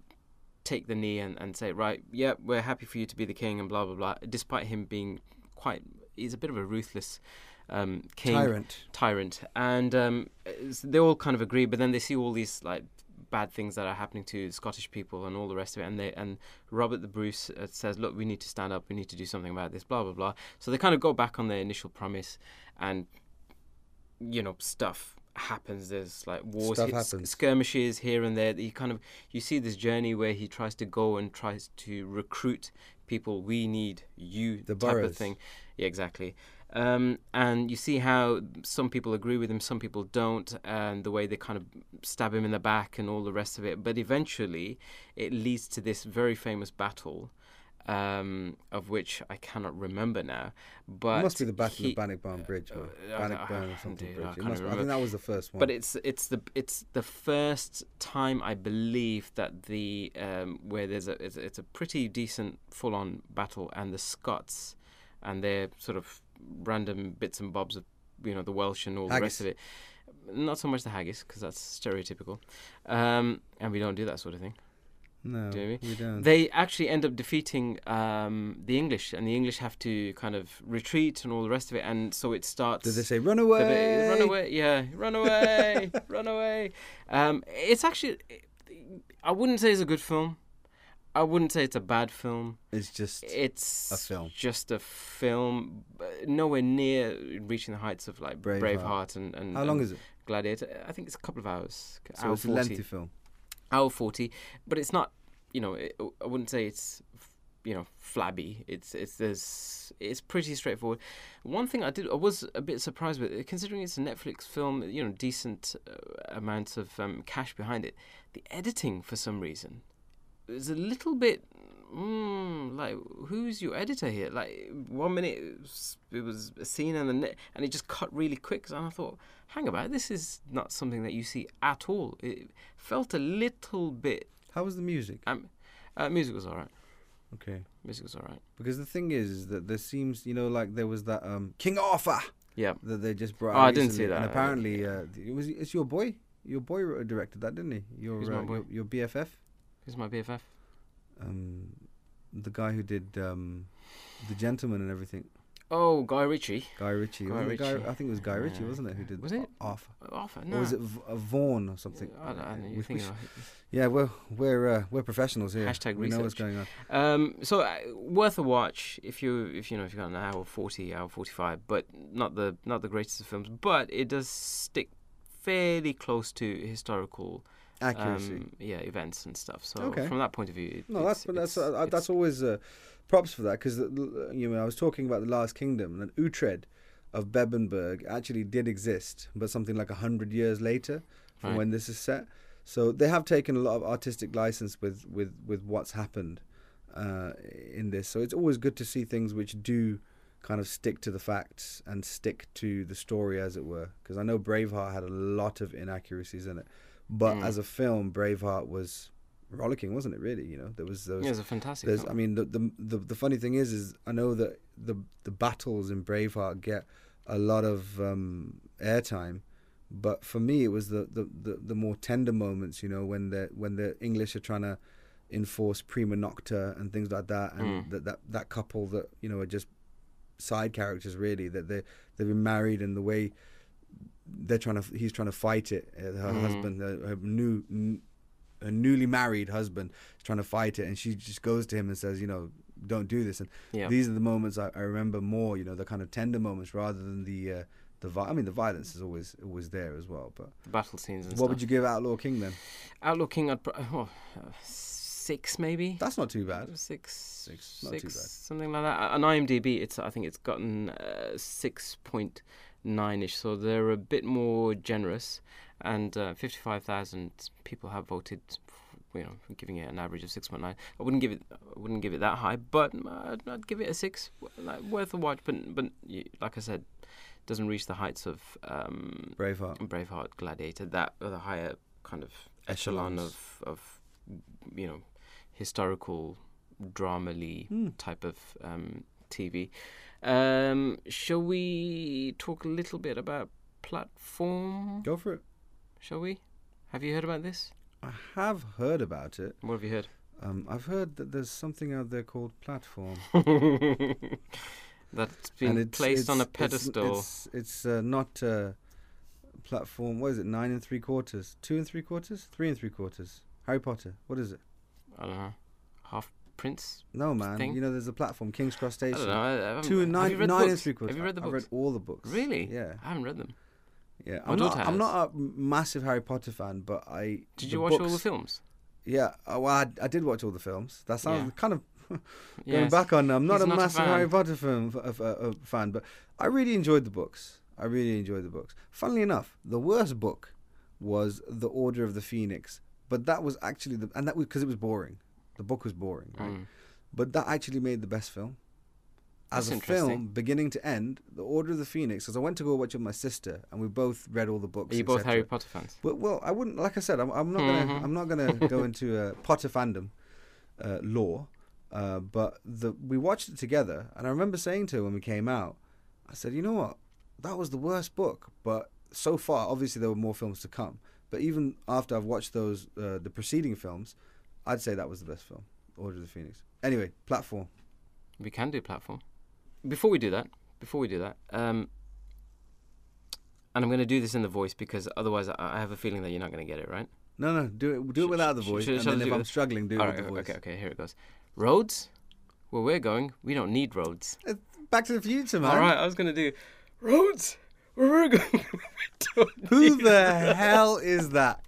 A: take the knee and, and say, right, yeah, we're happy for you to be the king and blah blah blah. Despite him being quite, he's a bit of a ruthless um, king
B: Tyrant.
A: tyrant, and um, it's- they all kind of agree. But then they see all these like bad things that are happening to Scottish people and all the rest of it, and they and Robert the Bruce uh, says, "Look, we need to stand up. We need to do something about this." Blah blah blah. So they kind of go back on their initial promise, and you know stuff happens. There's like wars,
B: Stuff
A: hit- s-
B: happens.
A: skirmishes here and there. That you kind of you see this journey where he tries to go and tries to recruit people. We need you
B: The
A: type
B: boroughs.
A: of thing. Yeah, exactly. Um, and you see how some people agree with him, some people don't, and the way they kind of stab him in the back and all the rest of it. But eventually, it leads to this very famous battle, um, of which I cannot remember now. But
B: It must be the Battle
A: he-
B: of Bannockburn Bridge, man.
A: uh, I-
B: Bannockburn or
A: I-
B: something
A: dude, I
B: bridge. It
A: can't
B: must be- I think
A: remember.
B: that was the first one.
A: But it's it's the it's the first time I believe that the um, where there's a it's, it's a pretty decent full on battle and the Scots and their sort of random bits and bobs of you know the Welsh and all the rest
B: Haggis.
A: of it. Not so much the haggis because that's stereotypical, um, and we don't do that sort of thing.
B: no,
A: do we-
B: we don't.
A: They actually end up defeating um, the English, and the English have to kind of retreat and all the rest of it. And so it starts.
B: Did they say run
A: The
B: away?
A: bit- Run away, yeah, run away, run away. Um, it's actually, I wouldn't say it's a good film. I wouldn't say it's a bad film.
B: It's just
A: It's
B: a film.
A: just a film, but nowhere near reaching the heights of like
B: Braveheart.
A: Braveheart, and, and
B: how long
A: and
B: is it?
A: Gladiator. I think it's a couple of hours,
B: So
A: um, hour
B: it's a
A: forty,
B: lengthy film.
A: hour forty. But it's not, you know, it, I wouldn't say it's, you know, flabby. It's it's there's it's pretty straightforward. One thing I did, I was a bit surprised with, considering it's a Netflix film, you know, decent uh, amounts of um, cash behind it. The editing, for some reason, is a little bit mm, like, who's your editor here? Like, one minute it was, it was a scene, and the ne- and it just cut really quick. And I thought, hang about, this is not something that you see at all. It felt a little bit.
B: How was the music?
A: Um, uh, music was all right.
B: Okay.
A: Music was all right.
B: Because the thing is, is that there seems, you know, like there was that um, King Arthur
A: Yeah.
B: that they just brought.
A: Oh,
B: out
A: I didn't see
B: recently,
A: that.
B: And apparently, uh, it was it's your boy. Your boy wrote- directed that, didn't he? Your
A: Who's
B: uh,
A: my boy?
B: Your, your BFF,
A: Who's my BFF?
B: um, the guy who did um, the Gentleman and everything.
A: Oh, Guy Ritchie.
B: Guy Ritchie.
A: Guy
B: wasn't it Guy-
A: Ritchie.
B: I think it was Guy Ritchie,
A: Yeah.
B: wasn't it? Who did
A: Was it?
B: Arthur?
A: Offer,
B: Or
A: Oh, no.
B: was it v- uh, Vaughan or something?
A: I don't, I don't know.
B: We-
A: You
B: we
A: think
B: should-
A: of-
B: Yeah, we're we're uh, we're professionals here.
A: Hashtag
B: we know what's
A: research.
B: going on.
A: Um, so uh, worth a watch if you if you know if you got an hour forty, hour forty five, but not the not the greatest of films, but it does stick fairly close to historical
B: Accuracy.
A: um, yeah events and stuff. So
B: Okay.
A: from that point of view, it,
B: No, that's
A: it's-
B: that's
A: it's-
B: uh, uh, that's
A: it's-
B: always uh, props for that because you know I was talking about the Last Kingdom and Utrecht of Bebenberg actually did exist, but something like hundred years later from
A: Right.
B: when this is set. So they have taken a lot of artistic license with with with what's happened uh, in this. So it's always good to see things which do kind of stick to the facts and stick to the story, as it were. Because I know Braveheart had a lot of inaccuracies in it, but
A: Mm.
B: as a film, Braveheart was rollicking, wasn't it? Really, you know, there was those.
A: yeah, it's a fantastic.
B: There's, um,
A: film.
B: I mean, the, the the the funny thing is, is I know that the the battles in Braveheart get a lot of um, airtime, but for me, it was the, the, the, the more tender moments, you know, when the when the English are trying to enforce prima nocta and things like that, and
A: Mm.
B: that, that that couple that you know are just side characters really that they they've been married and the way they're trying to he's trying to fight it uh, her
A: Mm.
B: husband her, her new n- her newly married husband is trying to fight it and she just goes to him and says you know don't do this. And
A: Yeah.
B: these are the moments I, I remember more. You know, the kind of tender moments rather than the uh, the. Vi- I mean, the violence is always always there as well. But
A: the battle scenes and
B: what
A: stuff.
B: would you give Outlaw King then?
A: Outlaw King, I'd pr- oh, uh, six maybe.
B: That's not too bad.
A: Six,
B: Six, not too
A: six,
B: bad.
A: something like that. On IMDb, it's I think it's gotten uh, six point nine ish, so they're a bit more generous, and uh, fifty five thousand people have voted. You know, giving it an average of six point nine. I wouldn't give it. I wouldn't give it that high, but I'd, I'd give it a six. w- Like, worth a watch, but but y- like I said, doesn't reach the heights of um,
B: Braveheart.
A: Braveheart, Gladiator, that or the higher kind of echelon
B: Echelons.
A: of of you know historical drama-ly
B: Hmm.
A: type of um, TV. Um, shall we talk a little bit about platform?
B: Go for it.
A: Shall we? Have you heard about this?
B: I have heard about it.
A: What have you heard?
B: Um, I've heard that there's something out there called platform.
A: That's been
B: And it's-
A: placed on a
B: it's- it's-
A: pedestal.
B: It's, it's, uh, not uh, platform. What is it? Nine and three quarters. Two and three quarters. Three and three quarters. Harry Potter. What is it?
A: I don't know. Half Prince.
B: No man.
A: Thing?
B: You know, there's a platform. King's Cross
A: I
B: Station.
A: don't know. I- I haven't-
B: Two and
A: have
B: nine.
A: you read the
B: nine and
A: books?
B: three quarters.
A: Have you read the
B: I- I've
A: books?
B: read all the books.
A: Really?
B: Yeah.
A: I haven't read them.
B: Yeah.
A: My
B: I'm not.
A: daughter
B: I'm
A: has.
B: not a massive Harry Potter fan, but I.
A: Did
B: the
A: you watch all the
B: books-
A: films?
B: Yeah. uh, Well, I, I did watch all the films. That sounds
A: Yeah.
B: kind of going
A: Yes.
B: back on. I'm not
A: He's
B: a
A: not a
B: massive
A: fan.
B: Harry Potter fan, f- uh, uh, fan, but I really enjoyed the books. I really enjoyed the books. Funnily enough, the worst book was The Order of the Phoenix, but that was actually the and that was because it was boring. The book was boring, right?
A: Mm.
B: But that actually made the best film. As
A: That's
B: a film,
A: interesting.
B: beginning to end, The Order of the Phoenix. Because I went to go watch it with my sister, and we both read all the books.
A: Are you both
B: etc..
A: Harry Potter fans?
B: But well, I wouldn't. Like I said, I'm, I'm not gonna.
A: Mhm.
B: I'm not gonna go into uh, Potter fandom uh, lore. Uh, but the we watched it together, and I remember saying to her when we came out, I said, "You know what? That was the worst book." But so far, obviously, there were more films to come. But even after I've watched those, uh, the preceding films, I'd say that was the best film, Order of the Phoenix. Anyway, platform.
A: We can do platform. Before we do that, before we do that, um, and I'm going to do this in the voice because otherwise I, I have a feeling that you're not going to get it right.
B: No, no, do it. Do it
A: Sh-
B: without the
A: sh-
B: voice,
A: shall-
B: and
A: shall I
B: then
A: do
B: if
A: it
B: I'm
A: with-
B: struggling, do it
A: All
B: with
A: right,
B: the voice.
A: okay, okay, here it goes. Roads, where we're going, we don't need roads.
B: Back to the Future, man.
A: All right, I was going to do roads, where we're going, we don't
B: Who
A: need
B: the hell is that?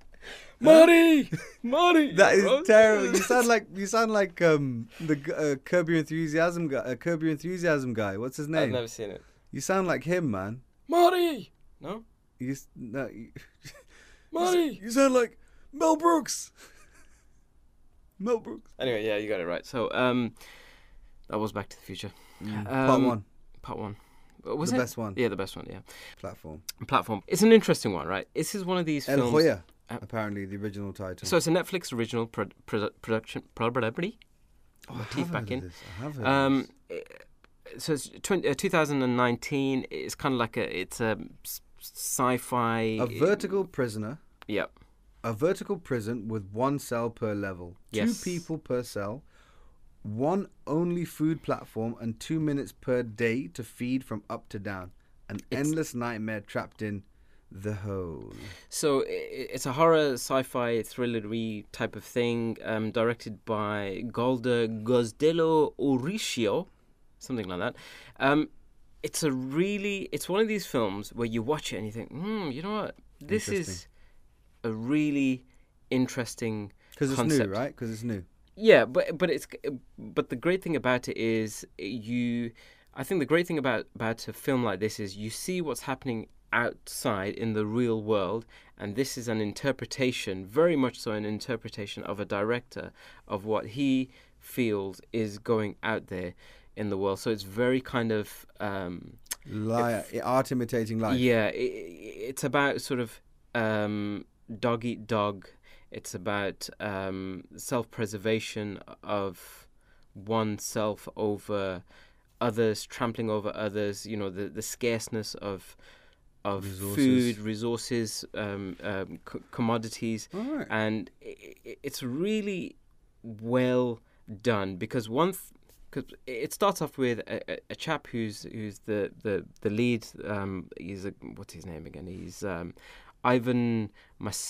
A: Marty, Marty.
B: That is
A: roads.
B: terrible. You sound like you sound like um the g- uh, Curb Your Enthusiasm guy. Uh, Curb Your Enthusiasm guy. What's his
A: I've
B: name?
A: never seen it.
B: You sound like him, man.
A: Marty, no,
B: You s- no, you,
A: Marty.
B: You sound like Mel Brooks. Mel Brooks.
A: Anyway, yeah, you got it right. So, um, that was Back to the Future.
B: Mm. Part
A: Um,
B: one
A: Part one. Was
B: The
A: it?
B: best one.
A: Yeah, the best one. Yeah.
B: platform.
A: Platform. It's an interesting one, right? This is one of these
B: El
A: films.
B: Hoya.
A: Uh,
B: apparently, the original title.
A: So it's a Netflix original pro- pro- production. Probably.
B: Oh,
A: my
B: I have
A: teeth back
B: heard of
A: in.
B: this. I have heard of
A: Um,
B: this.
A: so it's 20, uh, 2019. It's kind of like a. It's a s- sci-fi.
B: a vertical prisoner.
A: Yeah.
B: A vertical prison with one cell per level,
A: Yes.
B: two people per cell, one only food platform, and two minutes per day to feed from up to down. An endless nightmare trapped in the hole.
A: So i- i- it's a horror, sci-fi, thrillery type of thing, um, directed by Golda Gosdello Oricchio, something like that. Um, it's a really, it's one of these films where you watch it and you think, hmm, you know what, this is a really interesting
B: Because it's new,
A: concept.
B: right? Because it's new.
A: Yeah, but but it's but the great thing about it is you. I think the great thing about about a film like this is you see what's happening outside in the real world, and this is an interpretation, very much so, an interpretation of a director of what he feels is going out there in the world. So it's very kind of. Um,
B: Liar, art imitating life.
A: yeah, i i- it's about sort of um, dog eat dog. It's about um, self preservation of oneself over others, trampling over others. You know, the, the scarceness of of
B: Resources.
A: food, resources, um, um, c- commodities
B: All right.
A: and i- i- it's really well done because one because it starts off with a, a- a chap who's who's the the the lead um he's a what's his name again he's um Ivan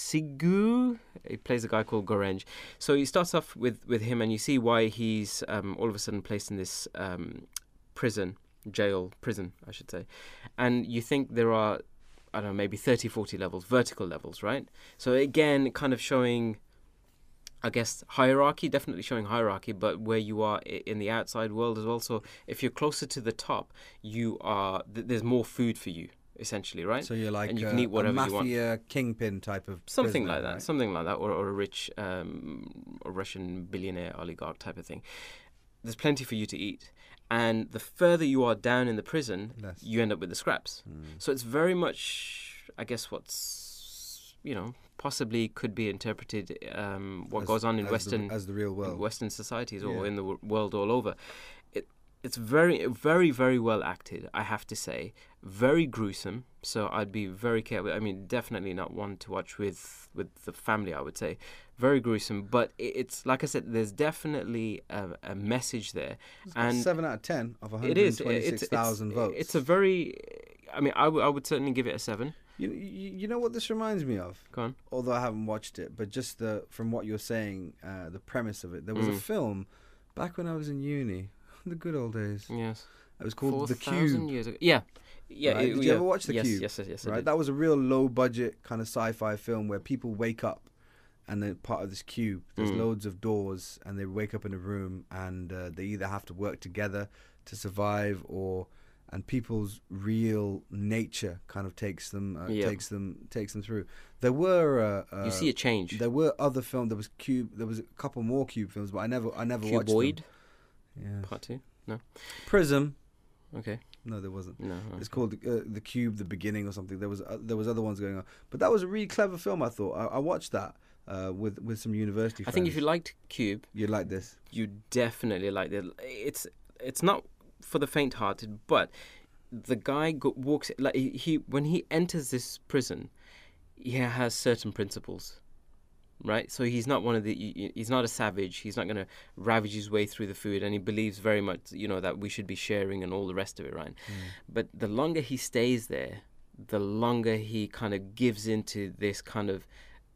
A: Masigu. He plays a guy called Gorange. So he starts off with, with him, and you see why he's um, all of a sudden placed in this um, prison, jail, prison, I should say. And you think there are, I don't know, maybe 30, 40 levels, vertical levels, right? So again, kind of showing. I guess hierarchy, definitely showing hierarchy, but where you are i- in the outside world as well. So if you're closer to the top, you are th- there's more food for you essentially, right?
B: So you're like
A: and you can
B: a,
A: eat
B: a
A: whatever you want.
B: mafia kingpin type of
A: something
B: prisoner,
A: like that,
B: right?
A: something like that, or, or a rich um, a Russian billionaire oligarch type of thing. There's plenty for you to eat, and the further you are down in the prison,
B: Less.
A: you end up with the scraps.
B: Mm.
A: So it's very much, I guess, what's you know possibly could be interpreted um, what
B: As-
A: goes on in
B: as
A: Western
B: the, as the real
A: in
B: world.
A: Western societies or
B: Yeah.
A: in the w- world all over. It, it's very, very, very well acted, I have to say. Very gruesome, so I'd be very careful. I mean, definitely not one to watch with, with the family, I would say. Very gruesome, but it, it's like I said, there's definitely a, a message there. And
B: Seven out of ten of
A: it is. it- It's, it's,
B: 126,000 votes.
A: it's a very, I mean, I would- I would certainly give it a seven.
B: You, you you know what this reminds me of?
A: Go on.
B: Although I haven't watched it, but just the from what you're saying, uh, the premise of it. There was a
A: Mm.
B: film back when I was in uni, the good old days.
A: Yes.
B: It was called The
A: 4,000
B: Cube.
A: years ago. Yeah. Yeah.
B: Right,
A: it-
B: did you
A: yeah.
B: ever watch The
A: yes,
B: Cube?
A: Yes, yes, yes. I
B: Right,
A: did.
B: that was a real low budget kind of sci-fi film where people wake up, and they're part of this cube. There's
A: Mm.
B: loads of doors, and they wake up in a room, and uh, they either have to work together to survive, or and people's real nature kind of takes them uh,
A: Yeah.
B: takes them takes them through. There were uh, uh,
A: you see a change.
B: There were other films. There was Cube. There was a couple more Cube films, but I never, I never watched
A: Cuboid,
B: them. Yeah.
A: part two.
B: Prism.
A: Okay.
B: No, there wasn't.
A: No. no.
B: It's called uh, the Cube, the beginning or something. There was uh, there was other ones going on, but that was a really clever film. I thought I, I watched that uh, with with some university.
A: I
B: Friends.
A: think if you liked Cube,
B: you'd like this,
A: you definitely liked it. It's it's not for the faint-hearted, but the guy go, walks like he, he when he enters this prison, he has certain principles, right? So he's not one of the he- he- he's not a savage. He's not going to ravage his way through the food, and he believes very much you know that we should be sharing and all the rest of it, right?
B: Mm.
A: But the longer he stays there, the longer he kind of gives into this kind of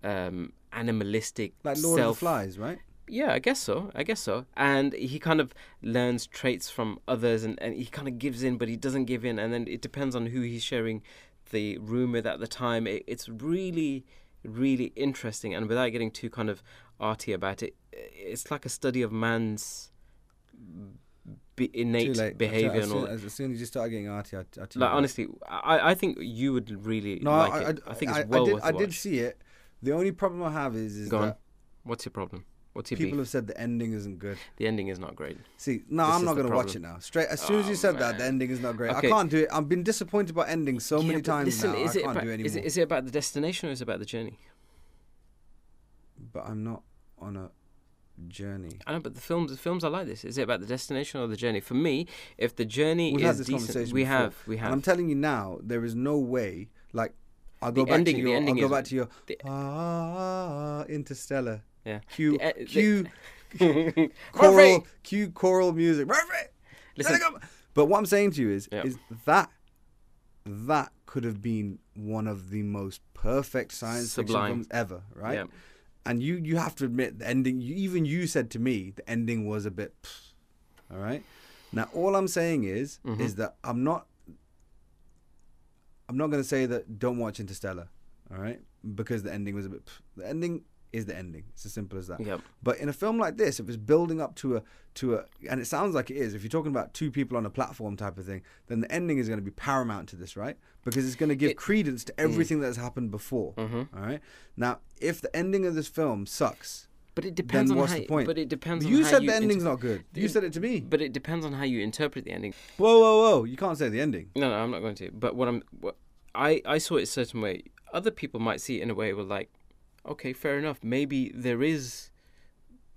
A: um, animalistic
B: like Lord of
A: self
B: the Flies, right?
A: yeah, I guess so. I guess so. And he kind of learns traits from others and, and he kind of gives in, but he doesn't give in. And then it depends on who he's sharing the room with at the time. It, it's really, really interesting. And without getting too kind of arty about it, i- it's like a study of man's be-
B: Too
A: innate
B: late.
A: behavior
B: as
A: and
B: soon,
A: all that.
B: As, as soon as you start getting arty, I, I tell you
A: Like,
B: what.
A: honestly, I, I think you would really
B: no,
A: like
B: I,
A: it. I, think
B: I,
A: it's well
B: I did,
A: worth
B: I
A: the
B: did
A: watch.
B: see it. The only problem I have is is
A: Go on.
B: that
A: What's your problem? What's your
B: people
A: beef?
B: have said the ending isn't good.
A: The ending is not great.
B: See, no,
A: This
B: I'm
A: is the
B: not going to watch it
A: problem.
B: now. Straight as soon as you
A: Oh,
B: said that,
A: man.
B: the ending is not great.
A: Okay.
B: I can't do it. I've been disappointed by endings so
A: Yeah,
B: many
A: but
B: times
A: listen,
B: now.
A: Is
B: I
A: it
B: can't
A: about,
B: do it anymore.
A: Is it, is it about the destination or is it about the journey?
B: but I'm not on a journey.
A: I know, but the films, the films are like this. Is it about the destination or the journey? For me, if the journey
B: We've had
A: is
B: this
A: decent,
B: conversation
A: we
B: before,
A: have, we
B: And I'm
A: have.
B: telling you now, there is no way. Like, I'll go
A: The
B: back
A: ending-
B: to
A: the
B: your. I'll
A: ending
B: go
A: is-
B: back to your.
A: the-
B: ah, Interstellar.
A: Yeah.
B: Q
A: The- uh, the-
B: Q
A: Murphy!
B: choral Q choral music. Murphy!
A: Listen,
B: Let it go. But what I'm saying to you is,
A: Yeah.
B: is that that could have been one of the most perfect science
A: Sublime.
B: fiction films ever, right?
A: Yeah.
B: And you you have to admit the ending. You, even you said to me the ending was a bit. pfft, all right. Now all I'm saying is
A: Mm-hmm.
B: is that I'm not. I'm not going to say that don't watch Interstellar, all right? Because the ending was a bit. pfft. The ending is the ending. It's as simple as that.
A: yeah,
B: But in a film like this, if it's building up to a to a, and it sounds like it is. If you're talking about two people on a platform type of thing, then the ending is going to be paramount to this, right? Because it's going to give
A: It- Mm-hmm.
B: credence to everything that has happened before. all right. Now, if the ending of this film sucks,
A: but it depends
B: then
A: on
B: what's
A: how.
B: the point?
A: But it depends. on
B: you
A: how
B: said
A: you
B: the
A: inter-
B: ending's not good. You
A: it-
B: said it to me.
A: But it depends on how you interpret the ending.
B: Whoa, whoa, whoa! You can't say the ending.
A: No, no, I'm not going to. But what I'm, what, I, I saw it a certain way. Other people might see it in a way where like, okay, fair enough. Maybe there is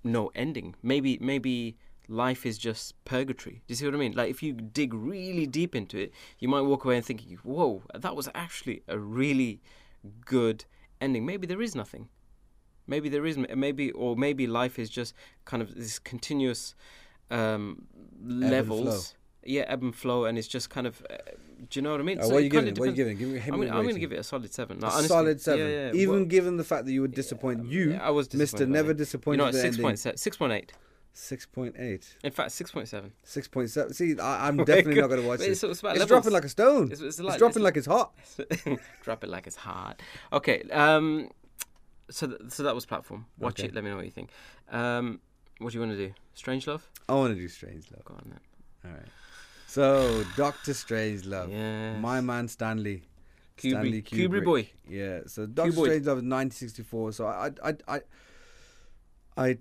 A: no ending. Maybe, maybe life is just purgatory. Do you see what I mean? Like if you dig really deep into it, you might walk away and thinking, whoa, that was actually a really good ending. Maybe there is nothing. Maybe there is. Maybe or maybe life is just kind of this continuous um,
B: and
A: levels yeah, ebb and flow, and it's just kind of, uh, do you know what I mean?
B: Uh, what are
A: it
B: you
A: kinda
B: giving? it? What are
A: depends.
B: you giving? it? Give me, hit
A: I'm gonna,
B: me with
A: I'm gonna
B: rating.
A: give it a solid seven.
B: A
A: Like, honestly,
B: solid seven.
A: Yeah, yeah.
B: Even
A: well,
B: given the fact that you would disappoint you,
A: I was
B: Mister
A: disappointed by
B: Never
A: that. You
B: Disappointed.
A: know,
B: at
A: it's
B: the
A: six
B: ending.
A: point seven, six point eight.
B: Six point eight.
A: In fact, six point seven.
B: Six point seven. See, I, I'm definitely not going to watch
A: It's,
B: this.
A: it's about
B: It's
A: levels.
B: dropping like a stone.
A: It's,
B: It's,
A: it's, like,
B: dropping like it's hot.
A: like. drop it like it's hot. Okay. Um. So th- so that was platform. Watch
B: Okay.
A: it. Let me know what you think. Um. What do you want to do? Strange Love.
B: I want to do Strange Love.
A: Go on then.
B: All right. So Doctor Strange Love.
A: Yeah.
B: My man Stanley.
A: Kubri,
B: Stanley Kubrick.
A: Kubri boy.
B: Yeah. So Doctor
A: Kubrick.
B: Strange Love is 1964. So I, I, I, I, I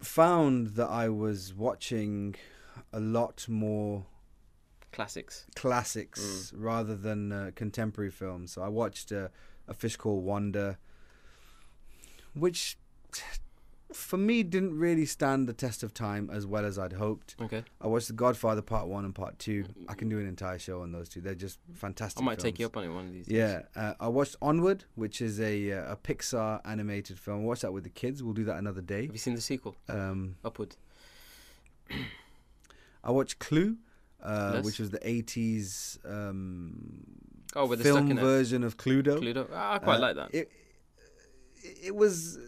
B: found that I was watching a lot more
A: Classics.
B: classics
A: Mm.
B: rather than uh, contemporary films. So I watched uh, A Fish Called Wanda, which t- for me didn't really stand the test of time as well as I'd hoped.
A: Okay.
B: I watched The Godfather Part 1 and Part 2. I can do an entire show on those two. They're just
A: Mm. I
B: fantastic
A: might take you
B: films.
A: up on it one of these. days.
B: Yeah, uh, I watched Onward, which is a uh, a Pixar animated film. I watched that with the kids. We'll do that another day.
A: Have you seen the sequel?
B: Um,
A: Upward.
B: I watched Clue, uh,
A: Nice.
B: which was the 80s um,
A: Oh, where they're stuck
B: film
A: in a
B: version of Cluedo.
A: Cluedo. Ah, I quite
B: Uh,
A: like that.
B: It, it was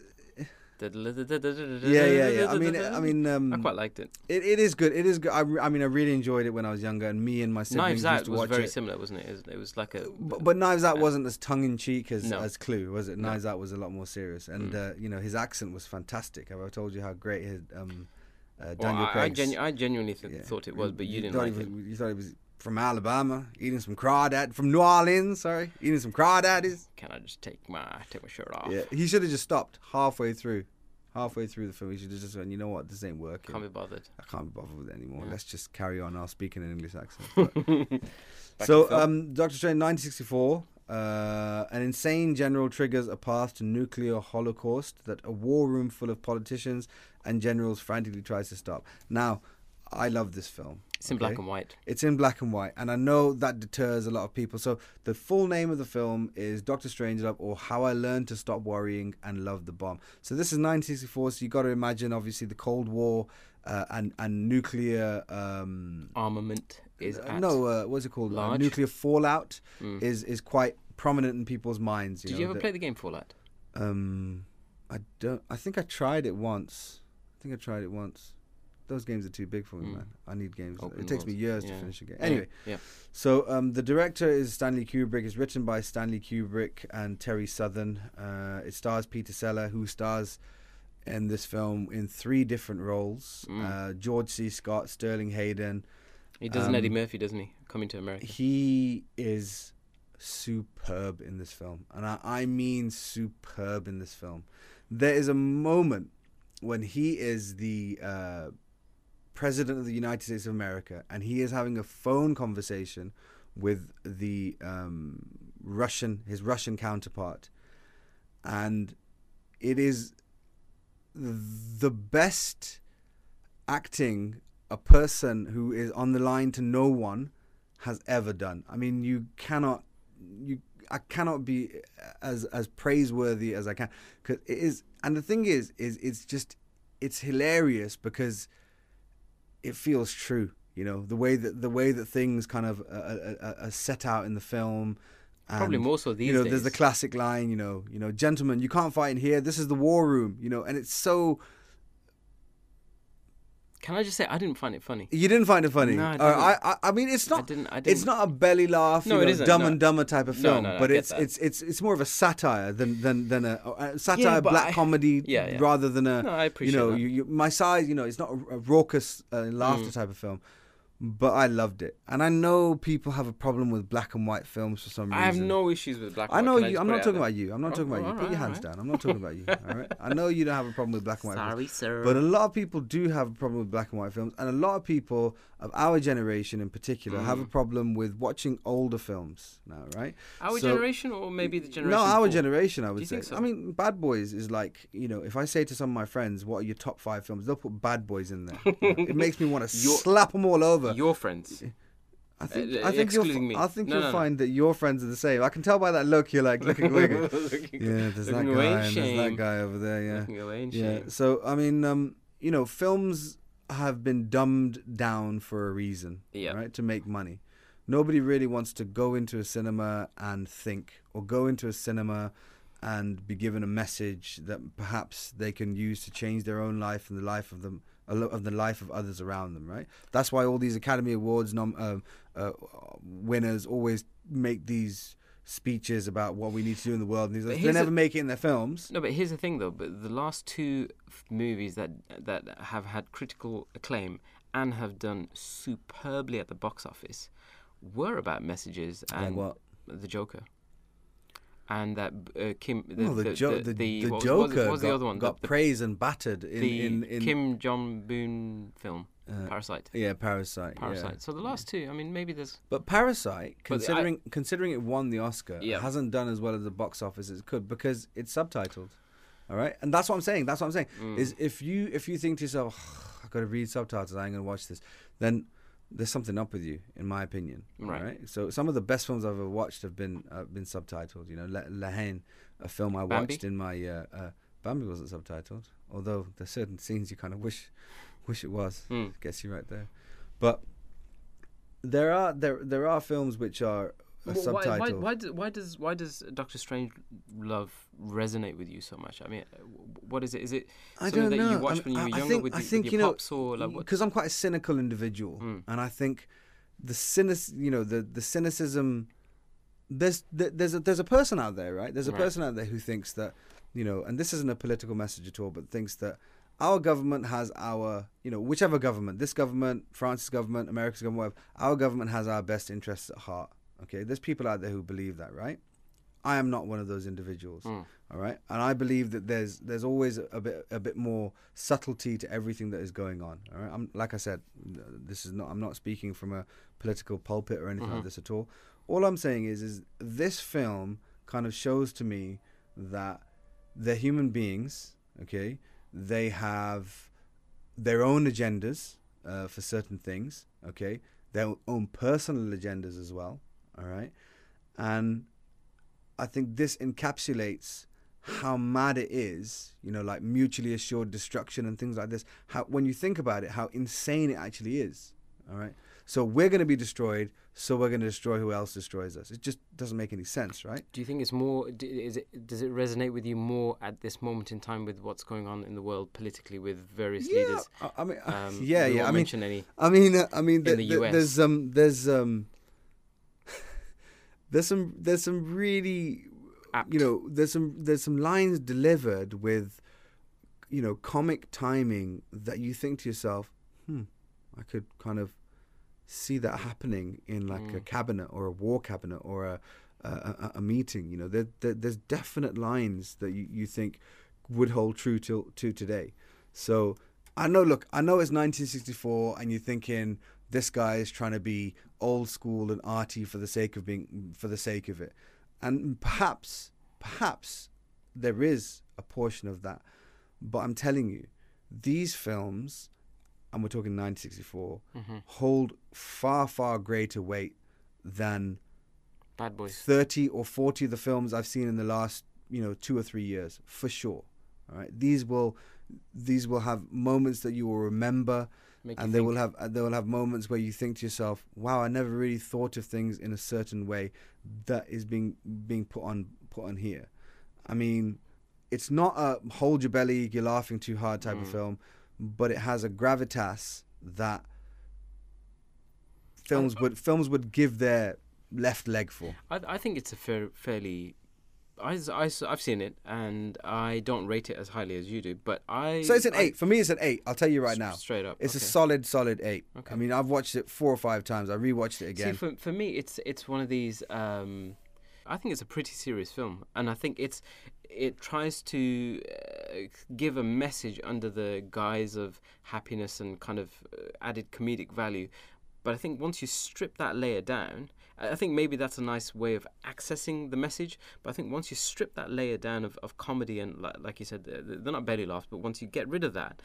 B: yeah
A: Yeah,
B: yeah yeah. I mean I mean um,
A: I quite liked it.
B: it, it is good. It is good. I, re- I mean I really enjoyed it when I was younger, and me and my
A: Knives
B: siblings used
A: Out
B: to
A: was
B: watch
A: very
B: it.
A: similar, wasn't it? It was, it was like a
B: But, but Knives Out wasn't as tongue in cheek as,
A: No. Mm.
B: as Clue, was it? Knives Out was a lot more serious, and uh, you know his accent was fantastic. Have I told you how great his um, uh,
A: Well,
B: Daniel
A: I- I,
B: Craig's-
A: genu- I genuinely th-
B: yeah.
A: thought it was, but you, didn't
B: thought
A: like
B: he
A: it.
B: was- You thought he was from Alabama, eating some crawdad from New Orleans. Sorry, eating some crawdaddies.
A: Can I just take my take my shirt off?
B: Yeah, he should have just stopped halfway through, halfway through the film. He should have just went, you know what, this ain't working.
A: Can't be bothered.
B: I can't be bothered with it anymore. Let's just carry on. I'll speak in an English accent. But- so,
A: film.
B: um, Doctor Strange, 1964. Uh, an insane general triggers a path to nuclear holocaust that a war room full of politicians and generals frantically tries to stop. Now, I love this film.
A: It's in black
B: okay?
A: and white.
B: It's in black and white, and I know that deters a lot of people. So the full name of the film is Doctor Strangelove, or How I Learned to Stop Worrying and Love the Bomb. So this is 1964. So you got to imagine, obviously, the Cold War uh, and and nuclear. Um,
A: Armament is
B: uh,
A: at.
B: no, uh, what's it called? Uh,
A: large. Mm.
B: nuclear fallout is is quite prominent in people's minds. You
A: Did
B: know,
A: you ever
B: that-
A: play the game Fallout?
B: Um, I don't. I think I tried it once. I think I tried it once. Those games are too big for me, man. I need games.
A: Mm. Open
B: it takes me
A: world.
B: years to
A: Yeah.
B: finish a game.
A: Yeah,
B: Anyway,
A: yeah.
B: so um, the director is Stanley Kubrick. It's written by Stanley Kubrick and Terry Southern. Uh, it stars Peter Sellers, who stars in this film in three different roles:
A: Mm.
B: uh, George C. Scott, Sterling Hayden.
A: He does an Eddie Murphy, doesn't he? Coming to America.
B: um, He is superb in this film, and I, I mean superb in this film. There is a moment when he is the uh, president of the United States of America, and he is having a phone conversation with the um, Russian, his Russian counterpart, and it is the best acting a person who is on the line to no one has ever done. I mean, you cannot, you, I cannot be as as praiseworthy as I can because it is. And the thing is, is it's just, it's hilarious because it feels true. You know, the way that the way that things kind of uh, uh, uh, are set out in the film. And,
A: Probably more so these
B: you know, there's the
A: days.
B: classic line, you know, you know, gentlemen, you can't fight in here. This is the war room, you know, and it's so
A: Can I just say I didn't find it funny?
B: You didn't find it funny.
A: No, I
B: Or
A: didn't.
B: I, I, I mean, it's not.
A: didn't- I
B: It's
A: didn't.
B: not a belly laugh,
A: No,
B: you
A: it
B: know,
A: isn't,
B: Dumb
A: no.
B: and Dumber type of
A: No,
B: film.
A: no, no, I
B: but
A: get
B: it's
A: that.
B: it's it's it's more of a satire than than than a, a satire
A: but
B: black
A: I-
B: comedy
A: Yeah, yeah.
B: rather than a
A: No, I appreciate
B: you know
A: that. Mm.
B: You, you, my size. You know, it's not a, a raucous uh, laughter type of film. But I loved it, and I know people have a problem with black and white films for some reason.
A: I have no issues with black. and
B: I
A: white.
B: know
A: Can
B: you.
A: just
B: I'm
A: put
B: not
A: it out
B: talking
A: there?
B: about you. I'm not
A: Oh,
B: talking about you.
A: alright,
B: Put your hands
A: alright.
B: down. I'm not talking about you. All right. I know you don't have a problem with black and white. films.
A: Sorry, sir.
B: But a lot of people do have a problem with black and white films, and a lot of people of our generation in particular have
A: Mm.
B: a problem with watching older films now, right?
A: Our
B: So-
A: generation, or maybe the generation.
B: No, our
A: before?
B: generation, I would
A: you
B: say.
A: think so?
B: I mean, Bad Boys is like, you know, if I say to some of my friends, what are your top five films, they'll put Bad Boys in there. you know. It makes me want to
A: Your-
B: slap them all over.
A: Your friends.
B: I think,
A: uh,
B: I think you'll,
A: excluding me.
B: I think
A: No,
B: you'll
A: no, no.
B: find that your friends are the same. I can tell by that look you're like looking away. yeah, there's that
A: Looking
B: guy
A: away,
B: and there's that
A: shame.
B: guy over there, yeah.
A: Looking away in
B: Yeah.
A: shame.
B: So I mean, um, you know, films have been dumbed down for a reason,
A: Yeah.
B: right? To make money. Nobody really wants to go into a cinema and think, or go into a cinema and be given a message that perhaps they can use to change their own life and the life of them of the life of others around them right that's why all these academy awards nom- um uh, winners always make these speeches about what we need to do in the world and these, they
A: here's
B: never
A: the-
B: make it in their films
A: No, but here's the thing, though. But the last two f- movies that that have had critical acclaim and have done superbly at the box office were about messages
B: Like
A: and
B: what?
A: the Joker. And that uh, Kim, the,
B: Well, the,
A: the,
B: jo-
A: the,
B: the,
A: the- what was-
B: the
A: what was,
B: Joker
A: what was
B: got,
A: the other one? The-
B: got
A: the,
B: praised and battered in,
A: the
B: in, in
A: Kim Jong Boon film,
B: Uh,
A: Parasite.
B: yeah Parasite. yeah.
A: Parasite. So the last two. I mean, maybe there's
B: But Parasite,
A: But the- I-
B: considering considering it won the Oscar,
A: Yeah.
B: hasn't done as well as the box office as it could because it's subtitled. All right, and that's what I'm saying. That's what I'm saying.
A: Mm.
B: Is if you if you think to yourself, "Ugh, I got to read subtitles, I ain't gonna watch this, then there's something up with you, in my opinion. all
A: Right.
B: So some of the best films I've ever watched have been uh, been subtitled. You know, La- Lahain, a film I
A: Bambi?
B: watched in my uh, uh, Bambi wasn't subtitled, although there's certain scenes you kind of wish wish it was.
A: Mm.
B: Gets you right there, but there are there there are films which are uh,
A: Wh- why,
B: subtitled.
A: why, why, do- why does why does Doctor Strange Love resonate with you so much? I mean, uh, wh- what is it? Is it
B: I
A: something
B: don't
A: that
B: know.
A: you watched
B: I
A: when you
B: mean,
A: were
B: I- I
A: younger
B: think-
A: with,
B: I
A: your- with
B: think,
A: your
B: you know,
A: pops or like what? Hmm.
B: because I'm quite a cynical individual, and I think the cynic, you know, the the cynicism. There's there- there's a, there's a person out there, right? There's a
A: Right.
B: person out there who thinks that, you know, and this isn't a political message at all, but thinks that our government has our, you know, whichever government, this government, France's government, America's government, whatever, our government has our best interests at heart. Okay, there's people out there who believe that, right? I am not one of those individuals. All right, and I believe that there's there's always a, a bit a bit more subtlety to everything that is going on. All right, I'm like I said, th- this is not I'm not speaking from a political pulpit or anything like this at all. All I'm saying is is this film kind of shows to me that they're human beings. Okay, they have their own agendas uh, for certain things. Okay, their own personal agendas as well. All right, and I think this encapsulates how mad it is, you know, like mutually assured destruction and things like this. How when you think about it, how insane it actually is. All right. So we're going to be destroyed, so we're going to destroy who else destroys us. It just doesn't make any sense, right?
A: Do you think it's more? d- Is it? Does it resonate with you more at this moment in time with what's going on in the world politically with various leaders?
B: I, I mean,
A: Um,
B: Uh, yeah,
A: we
B: yeah.
A: won't
B: I mean,
A: mention any.
B: I mean, uh, I mean,
A: In
B: th-
A: the
B: th-
A: US.
B: there's um, there's um, there's some, there's some really,
A: Apt.
B: you know, there's some, there's some lines delivered with, you know, comic timing that you think to yourself, hmm, I could kind of see that happening in like a cabinet or a war cabinet or a a, a, a meeting. You know, there, there, there's definite lines that you, you think would hold true till to today. So I know. Look, I know it's 1964, and you're thinking this guy is trying to be old school and arty for the sake of being for the sake of it, and perhaps perhaps there is a portion of that. But I'm telling you, these films, and we're talking 1964, hold far, far greater weight than
A: Bad boys.
B: 30 or 40 of the films I've seen in the last, you know, two or three years, for sure. All right. These will these will have moments that you will remember
A: Make you
B: and they will have uh, they will have moments where you think to yourself, "Wow, I never really thought of things in a certain way that is being being put on put on here." I mean, it's not a hold your belly, you're laughing too hard type
A: Mm.
B: of film, but it has a gravitas that films would films would give their left leg for.
A: I, I think it's a fair, fairly. I, have seen it and I don't rate it as highly as you do, but I.
B: So it's an
A: I-
B: eight. For me, it's an eight. I'll tell you right
A: S-
B: now.
A: straight up,
B: It's a
A: okay.
B: solid, solid eight.
A: Okay.
B: I mean, I've watched it four or five times. I rewatched it
A: See,
B: again.
A: for, for me, it's it's one of these. Um, I think it's a pretty serious film, and I think it's it tries to uh, give a message under the guise of happiness and kind of uh, added comedic value. But I think once you strip that layer down, I I think maybe that's a nice way of accessing the message. But I think once you strip that layer down of, of comedy and like, like you said, they're, they're not belly laughs, but once you get rid of that,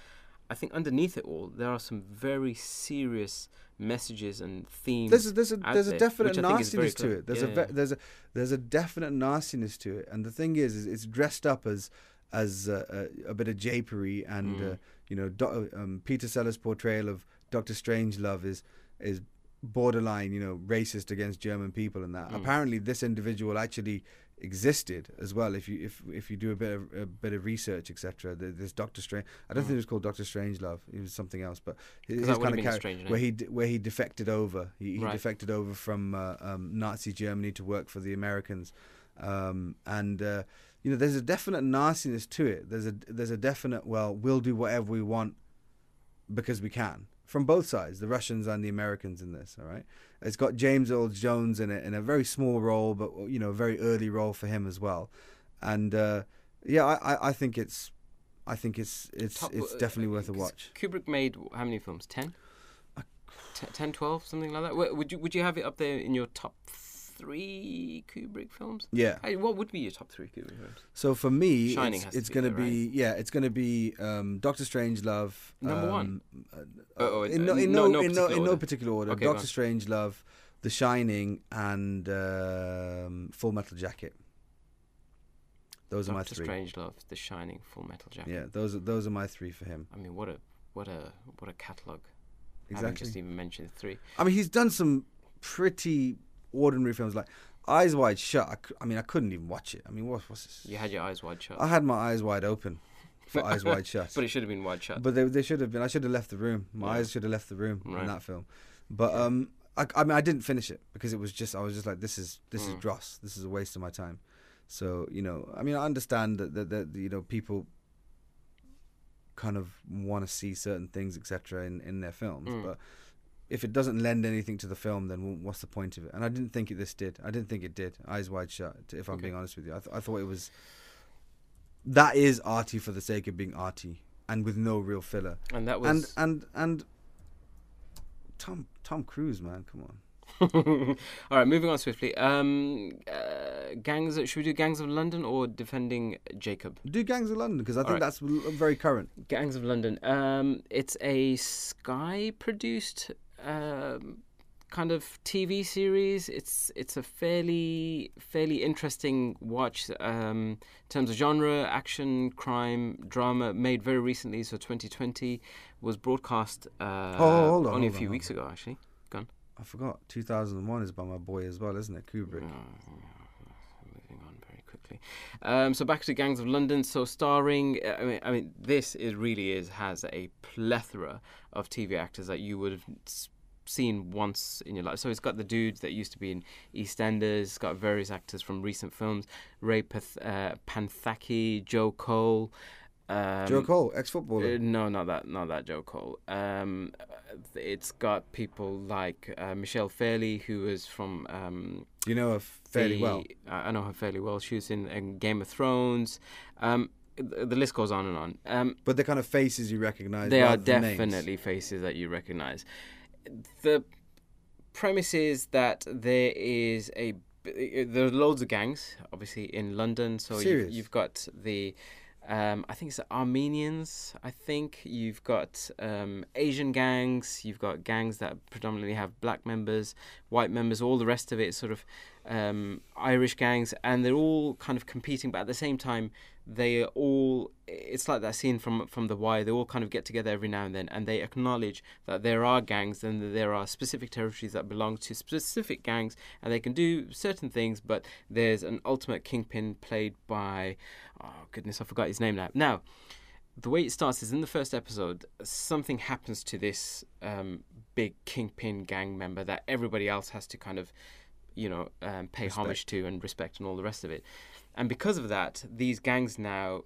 A: I think underneath it all there are some very serious messages and themes.
B: There's a, there's a,
A: out
B: there's a
A: there,
B: definite
A: which I think is very
B: nastiness to
A: clever.
B: it. There's
A: Yeah,
B: a
A: yeah.
B: ve- there's a there's a definite nastiness to it. And the thing is, is it's dressed up as as uh, a, a bit of japery and
A: Mm.
B: uh, you know Do- um, Peter Sellers' portrayal of Doctor Strangelove is is borderline you know racist against German people and
A: Mm.
B: that. Apparently, this individual actually existed as well. If you if if you do a bit of a bit of research, etc. th- This Doctor Strange, I don't think it was called Doctor Strangelove. It was something else, but his,
A: Mm. that
B: his
A: would've
B: kind
A: been
B: of
A: a
B: character
A: strange name.
B: where he d- where he defected over. He, he
A: Right.
B: defected over from uh, um, Nazi Germany to work for the Americans, um, and uh, you know there's a definite nastiness to it. There's a there's a definite well we'll do whatever we want because we can from both sides, the Russians and the Americans in this. All right, it's got James Earl Jones in it in a very small role, but you know a very early role for him as well, and uh, yeah, I, I I think it's. I think it's it's
A: Top-
B: it's
A: uh,
B: definitely worth a
A: 'cause
B: watch.
A: Kubrick made w- how many films? 10? T- 10, 12, something like that. Wh- Would you would you have it up there in your top three Kubrick films?
B: Yeah.
A: Hey, what would be your top three Kubrick films?
B: So for me,
A: Shining has
B: it's,
A: to
B: it's
A: be
B: going to
A: there, right?
B: be yeah, it's going to be um, Doctor Strange Love um,
A: Number one. Oh, oh,
B: in no
A: uh,
B: in no,
A: no- no
B: in, no,
A: particular
B: in no
A: order.
B: particular order.
A: Okay, go
B: Doctor
A: on.
B: Strange Love, The Shining, and um, Full Metal Jacket. Those are my
A: Doctor
B: three.
A: Strangelove, The Shining, Full Metal Jacket.
B: Yeah, those are those are my three for him.
A: I mean, what a what a what a catalog. Having
B: Exactly.
A: just even mentioned three.
B: I mean, he's done some pretty ordinary films like Eyes Wide Shut. I, cou- I mean, I couldn't even watch it. I mean, what what's this?
A: You had your eyes wide shut,
B: I had my eyes wide open for Eyes Wide Shut.
A: but it should have been wide shut.
B: But they, they should have been. I should have left the room. My
A: Yeah.
B: eyes should have left the room in
A: Right.
B: that film. But um, I, I mean, I didn't finish it because it was just I was just like, this is this is dross. This is a waste of my time. So you know, I mean, I understand that that, that you know people kind of want to see certain things, etc., in in their films, but. If it doesn't lend anything to the film, then wh- what's the point of it? And I didn't think it this did. I didn't think it did. Eyes wide shut. If I'm
A: Okay.
B: being honest with you, I, th- I thought it was. That is arty for the sake of being arty, and with no real filler
A: and that was
B: and and and Tom Tom Cruise, man, come on.
A: All right, moving on swiftly. Um, uh, gangs. Should we do Gangs of London or Defending Jacob?
B: Do Gangs of London because I think
A: right.
B: that's l- very current.
A: Gangs of London. Um, it's a Sky-produced um, kind of TV series. It's it's a fairly fairly interesting watch um, in terms of genre, action, crime, drama. Made very recently, so 2020 was broadcast. Uh,
B: Oh, hold
A: only
B: on, hold
A: a
B: on,
A: few
B: hold
A: weeks ago, actually. Gone.
B: I forgot. 2001 is by my boy as well, isn't it? Kubrick.
A: Mm, Oh, Moving on very quickly. Um, so back to Gangs of London. So starring, uh, I mean, I mean, this is really is has a plethora of TV actors that you would have s- seen once in your life. So it's got the dudes that used to be in EastEnders. It's got various actors from recent films: Ray Path- uh, Panthaki, Joe Cole. Um,
B: Joe Cole,
A: uh,
B: ex-footballer.
A: no, not that, not that Joe Cole. Um, uh, it's got people like uh, Michelle Fairley, who is from um,
B: you know her fairly
A: the-
B: well.
A: I I know her fairly well. She was in, in Game of Thrones. Um, the, the list goes on and on. Um,
B: But the kind of faces you recognize.
A: they are
B: rather than names.
A: definitely faces that you recognize. The premise is that there is a there's loads of gangs, obviously in London. So you've,
B: Serious?
A: you've got the um, I think it's the Armenians. I think you've got um, Asian gangs. You've got gangs that predominantly have black members, white members, all the rest of it is sort of um, Irish gangs, and they're all kind of competing. But at the same time, they are all. It's like that scene from from The Wire. They all kind of get together every now and then, and they acknowledge that there are gangs and that there are specific territories that belong to specific gangs, and they can do certain things. But there's an ultimate kingpin played by, oh goodness, I forgot his name now. Now the way it starts is in the first episode, something happens to this um, big kingpin gang member that everybody else has to kind of, you know, um, pay homage to and respect and all the rest of it. And because of that, these gangs now,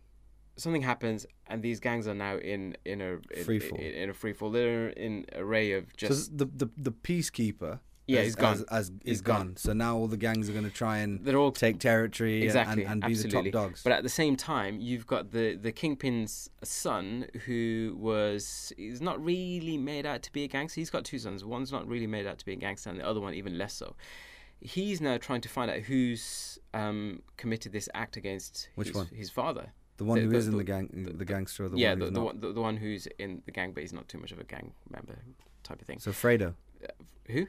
A: something happens, and these gangs are now in in a in,
B: Free fall.
A: in, in a free fall. They're in array of
B: So
A: just
B: the, the the peacekeeper.
A: Yeah,
B: is-
A: he's gone.
B: As, as,
A: He's
B: is gone. So now all the gangs are going to try and
A: they're all
B: take territory
A: exactly
B: and, and be
A: absolutely.
B: the top dogs.
A: But at the same time, you've got the the kingpin's son who was he's not really made out to be a gangster. He's got two sons. One's not really made out to be a gangster, and the other one even less so. He's now trying to find out who's um, committed this act against
B: Which
A: his,
B: one?
A: his father.
B: the one
A: the-
B: who
A: the-
B: is in
A: the-
B: the gang, the, gangster, or the
A: yeah,
B: one
A: the,
B: who's
A: the,
B: not.
A: one, the, the one who's in the gang, but he's not too much of a gang member type of thing.
B: So Fredo,
A: Who?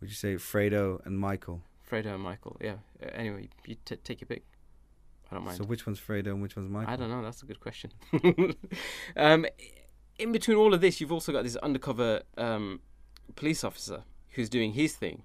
B: would you say Fredo and Michael?
A: Fredo and Michael. Yeah. Uh, anyway, you t- take your pick. I don't mind.
B: So which one's Fredo and which one's Michael?
A: I don't know. That's a good question. um, in between all of this, you've also got this undercover um, police officer who's doing his thing.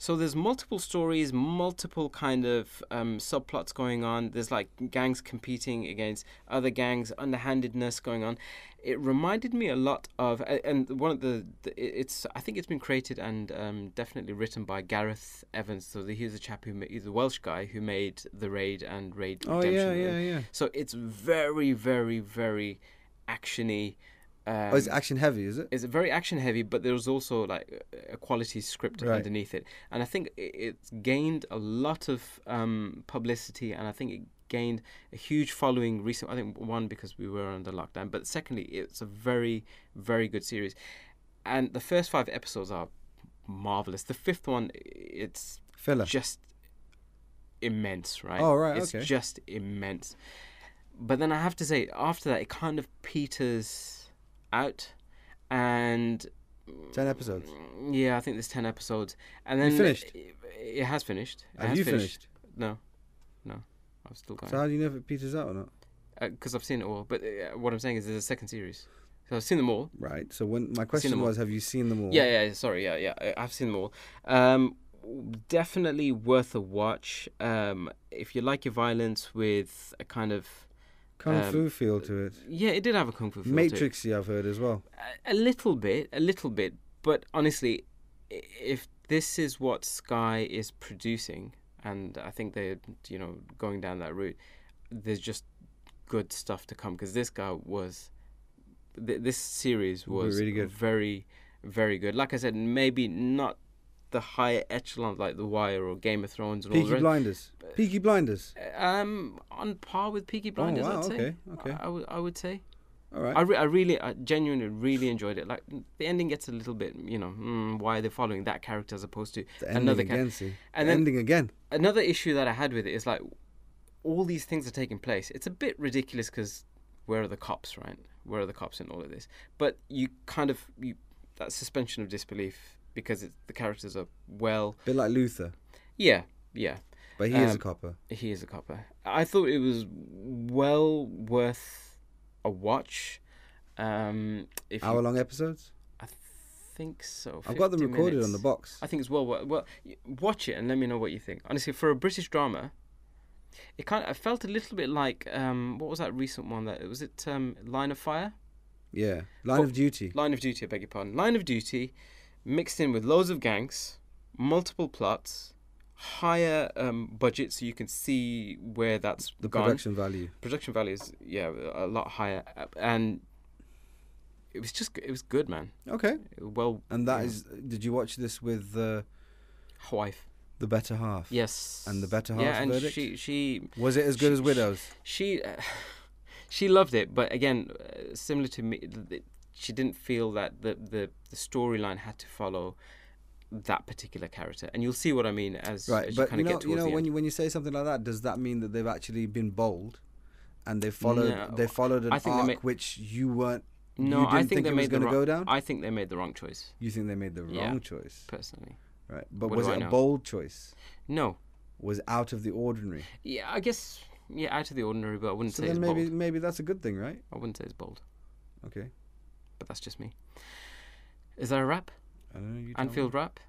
A: So there's multiple stories, multiple kind of um, subplots going on. There's like gangs competing against other gangs, underhandedness going on. It reminded me a lot of, a- and one of the, the it's I think it's been created and um, definitely written by Gareth Evans. So the, he's a chap who ma- he's a Welsh guy who made The Raid and Raid
B: Oh
A: Redemption.
B: yeah,
A: and-
B: yeah, yeah.
A: so Um, it's very, very, very actiony. Um,
B: oh, it's action heavy, is it?
A: it's very action heavy, but there's also like a quality script
B: Right.
A: underneath it, and I think i- it's gained a lot of um, publicity, and I think it gained a huge following recent. I think one because we were under lockdown, but secondly, it's a very, very good series, and the first five episodes are marvelous. The fifth one, i- it's
B: Filler.
A: just immense, right?
B: Oh, right,
A: It's
B: okay.
A: just immense. But then I have to say, after that, it kind of peters out, and
B: Ten episodes.
A: mm, yeah, I think there's ten episodes, and then
B: finished?
A: It, it has finished. It
B: Have
A: has
B: you finished?
A: No, no, I'm still going
B: So how do you know if it peters out or not?
A: because I've seen it all. But uh, what I'm saying is, there's a second series, so I've seen them all.
B: Right. So when my question
A: them all.
B: was, have you seen them all?
A: Yeah, yeah, sorry, yeah, yeah. I- I've seen them all. Um, w- definitely worth a watch. Um, if you like your violence with a kind of
B: Kung
A: Um,
B: fu feel to it.
A: yeah, it did have a kung fu feel to it.
B: Matrixy, I've heard as well.
A: A, a little bit, a little bit. But honestly, i- if this is what Sky is producing, and I think they're you know going down that route, there's just good stuff to come because this guy was, th- this series
B: We're
A: was
B: really good.
A: very, very good. Like I said, maybe not the higher echelon like The Wire or Game of Thrones and all Uh,
B: Peaky
A: the rest.
B: Blinders. Peaky Blinders.
A: um, on par with Peaky Blinders,
B: Oh, wow,
A: I'd say.
B: okay, okay.
A: I, I would, I would say.
B: All right.
A: I, re- I really, I genuinely really enjoyed it. Like the ending gets a little bit, you know, mm, why are they following that character as opposed to
B: The ending
A: another character?
B: again, see.
A: And
B: The
A: then
B: ending again.
A: another issue that I had with it is like all these things are taking place. It's a bit ridiculous because where are the cops, right? Where are the cops in all of this? But you kind of you that suspension of disbelief because it's, the characters are well,
B: bit like Luther,
A: yeah, yeah.
B: but he is a
A: Um,
B: copper.
A: He is a copper. I thought it was well worth a watch. Um, if you
B: Hour long episodes.
A: I think so.
B: I've got them
A: 50
B: recorded on
A: minutes.
B: the box.
A: I think it's well worth. Well, y- watch it and let me know what you think. Honestly, for a British drama, it kind of I felt a little bit like um, what was that recent one that was it um, Line of Fire,
B: Yeah. Line
A: Oh.
B: of Duty.
A: Line of Duty. I beg your pardon. Line of Duty, mixed in with loads of gangs, multiple plots, higher um, budget, so you can see where that's
B: The
A: gone
B: production value.
A: production value is yeah a lot higher uh, and it was just it was good man
B: Okay.
A: well
B: And that
A: Yeah.
B: is. Did you watch this with the
A: wife
B: the better half?
A: yes
B: And the better half's
A: yeah and
B: verdict?
A: she she
B: Was it as good
A: She-
B: as Widows?
A: she uh, she loved it but again uh, similar to me th- th- she didn't feel that the the, the storyline had to follow that particular character and you'll see what i mean as,
B: Right,
A: as you
B: but
A: kind
B: you
A: of
B: know,
A: get towards
B: you know,
A: the
B: when
A: end
B: you when you say something like that, does that mean that they've actually been bold, and they followed
A: No,
B: they followed an
A: I think they
B: arc
A: ma-
B: which you weren't?
A: no
B: you didn't
A: i think, they
B: it was
A: made the
B: going to
A: wrong,
B: go down.
A: i think they made the wrong choice
B: You think they made the
A: Yeah.
B: wrong choice,
A: personally
B: right? But
A: What
B: was
A: do I
B: it a
A: know?
B: bold choice?
A: no
B: Was it out of the ordinary?
A: Yeah, I guess yeah, out of the ordinary, but I wouldn't
B: So
A: say it's
B: then maybe
A: bold.
B: maybe that's a good thing, right?
A: I wouldn't say it's bold,
B: Okay,
A: but that's just me. Is that a rap?
B: I don't know. You tell me.
A: Anfield rap?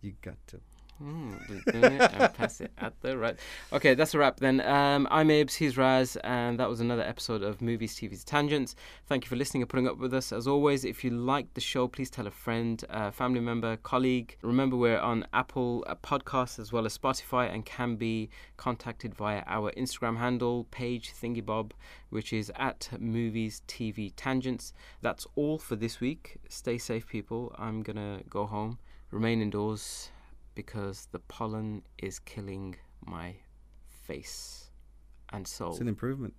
B: you got to.
A: Mm, and pass it at the right. Okay, that's a wrap then. Um, I'm Abes, he's Raz, and that was another episode of Movies, TVs, Tangents. Thank you for listening and putting up with us. As always, if you like the show, please tell a friend, a family member, colleague. Remember, we're on Apple uh, Podcasts as well as Spotify and can be contacted via our Instagram handle, page thingybob, which is at Movies, TV, Tangents. That's all for this week. Stay safe, people. I'm going to go home, remain indoors because the pollen is killing my face and soul.
B: It's an improvement.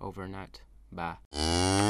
A: Over and out. Bye.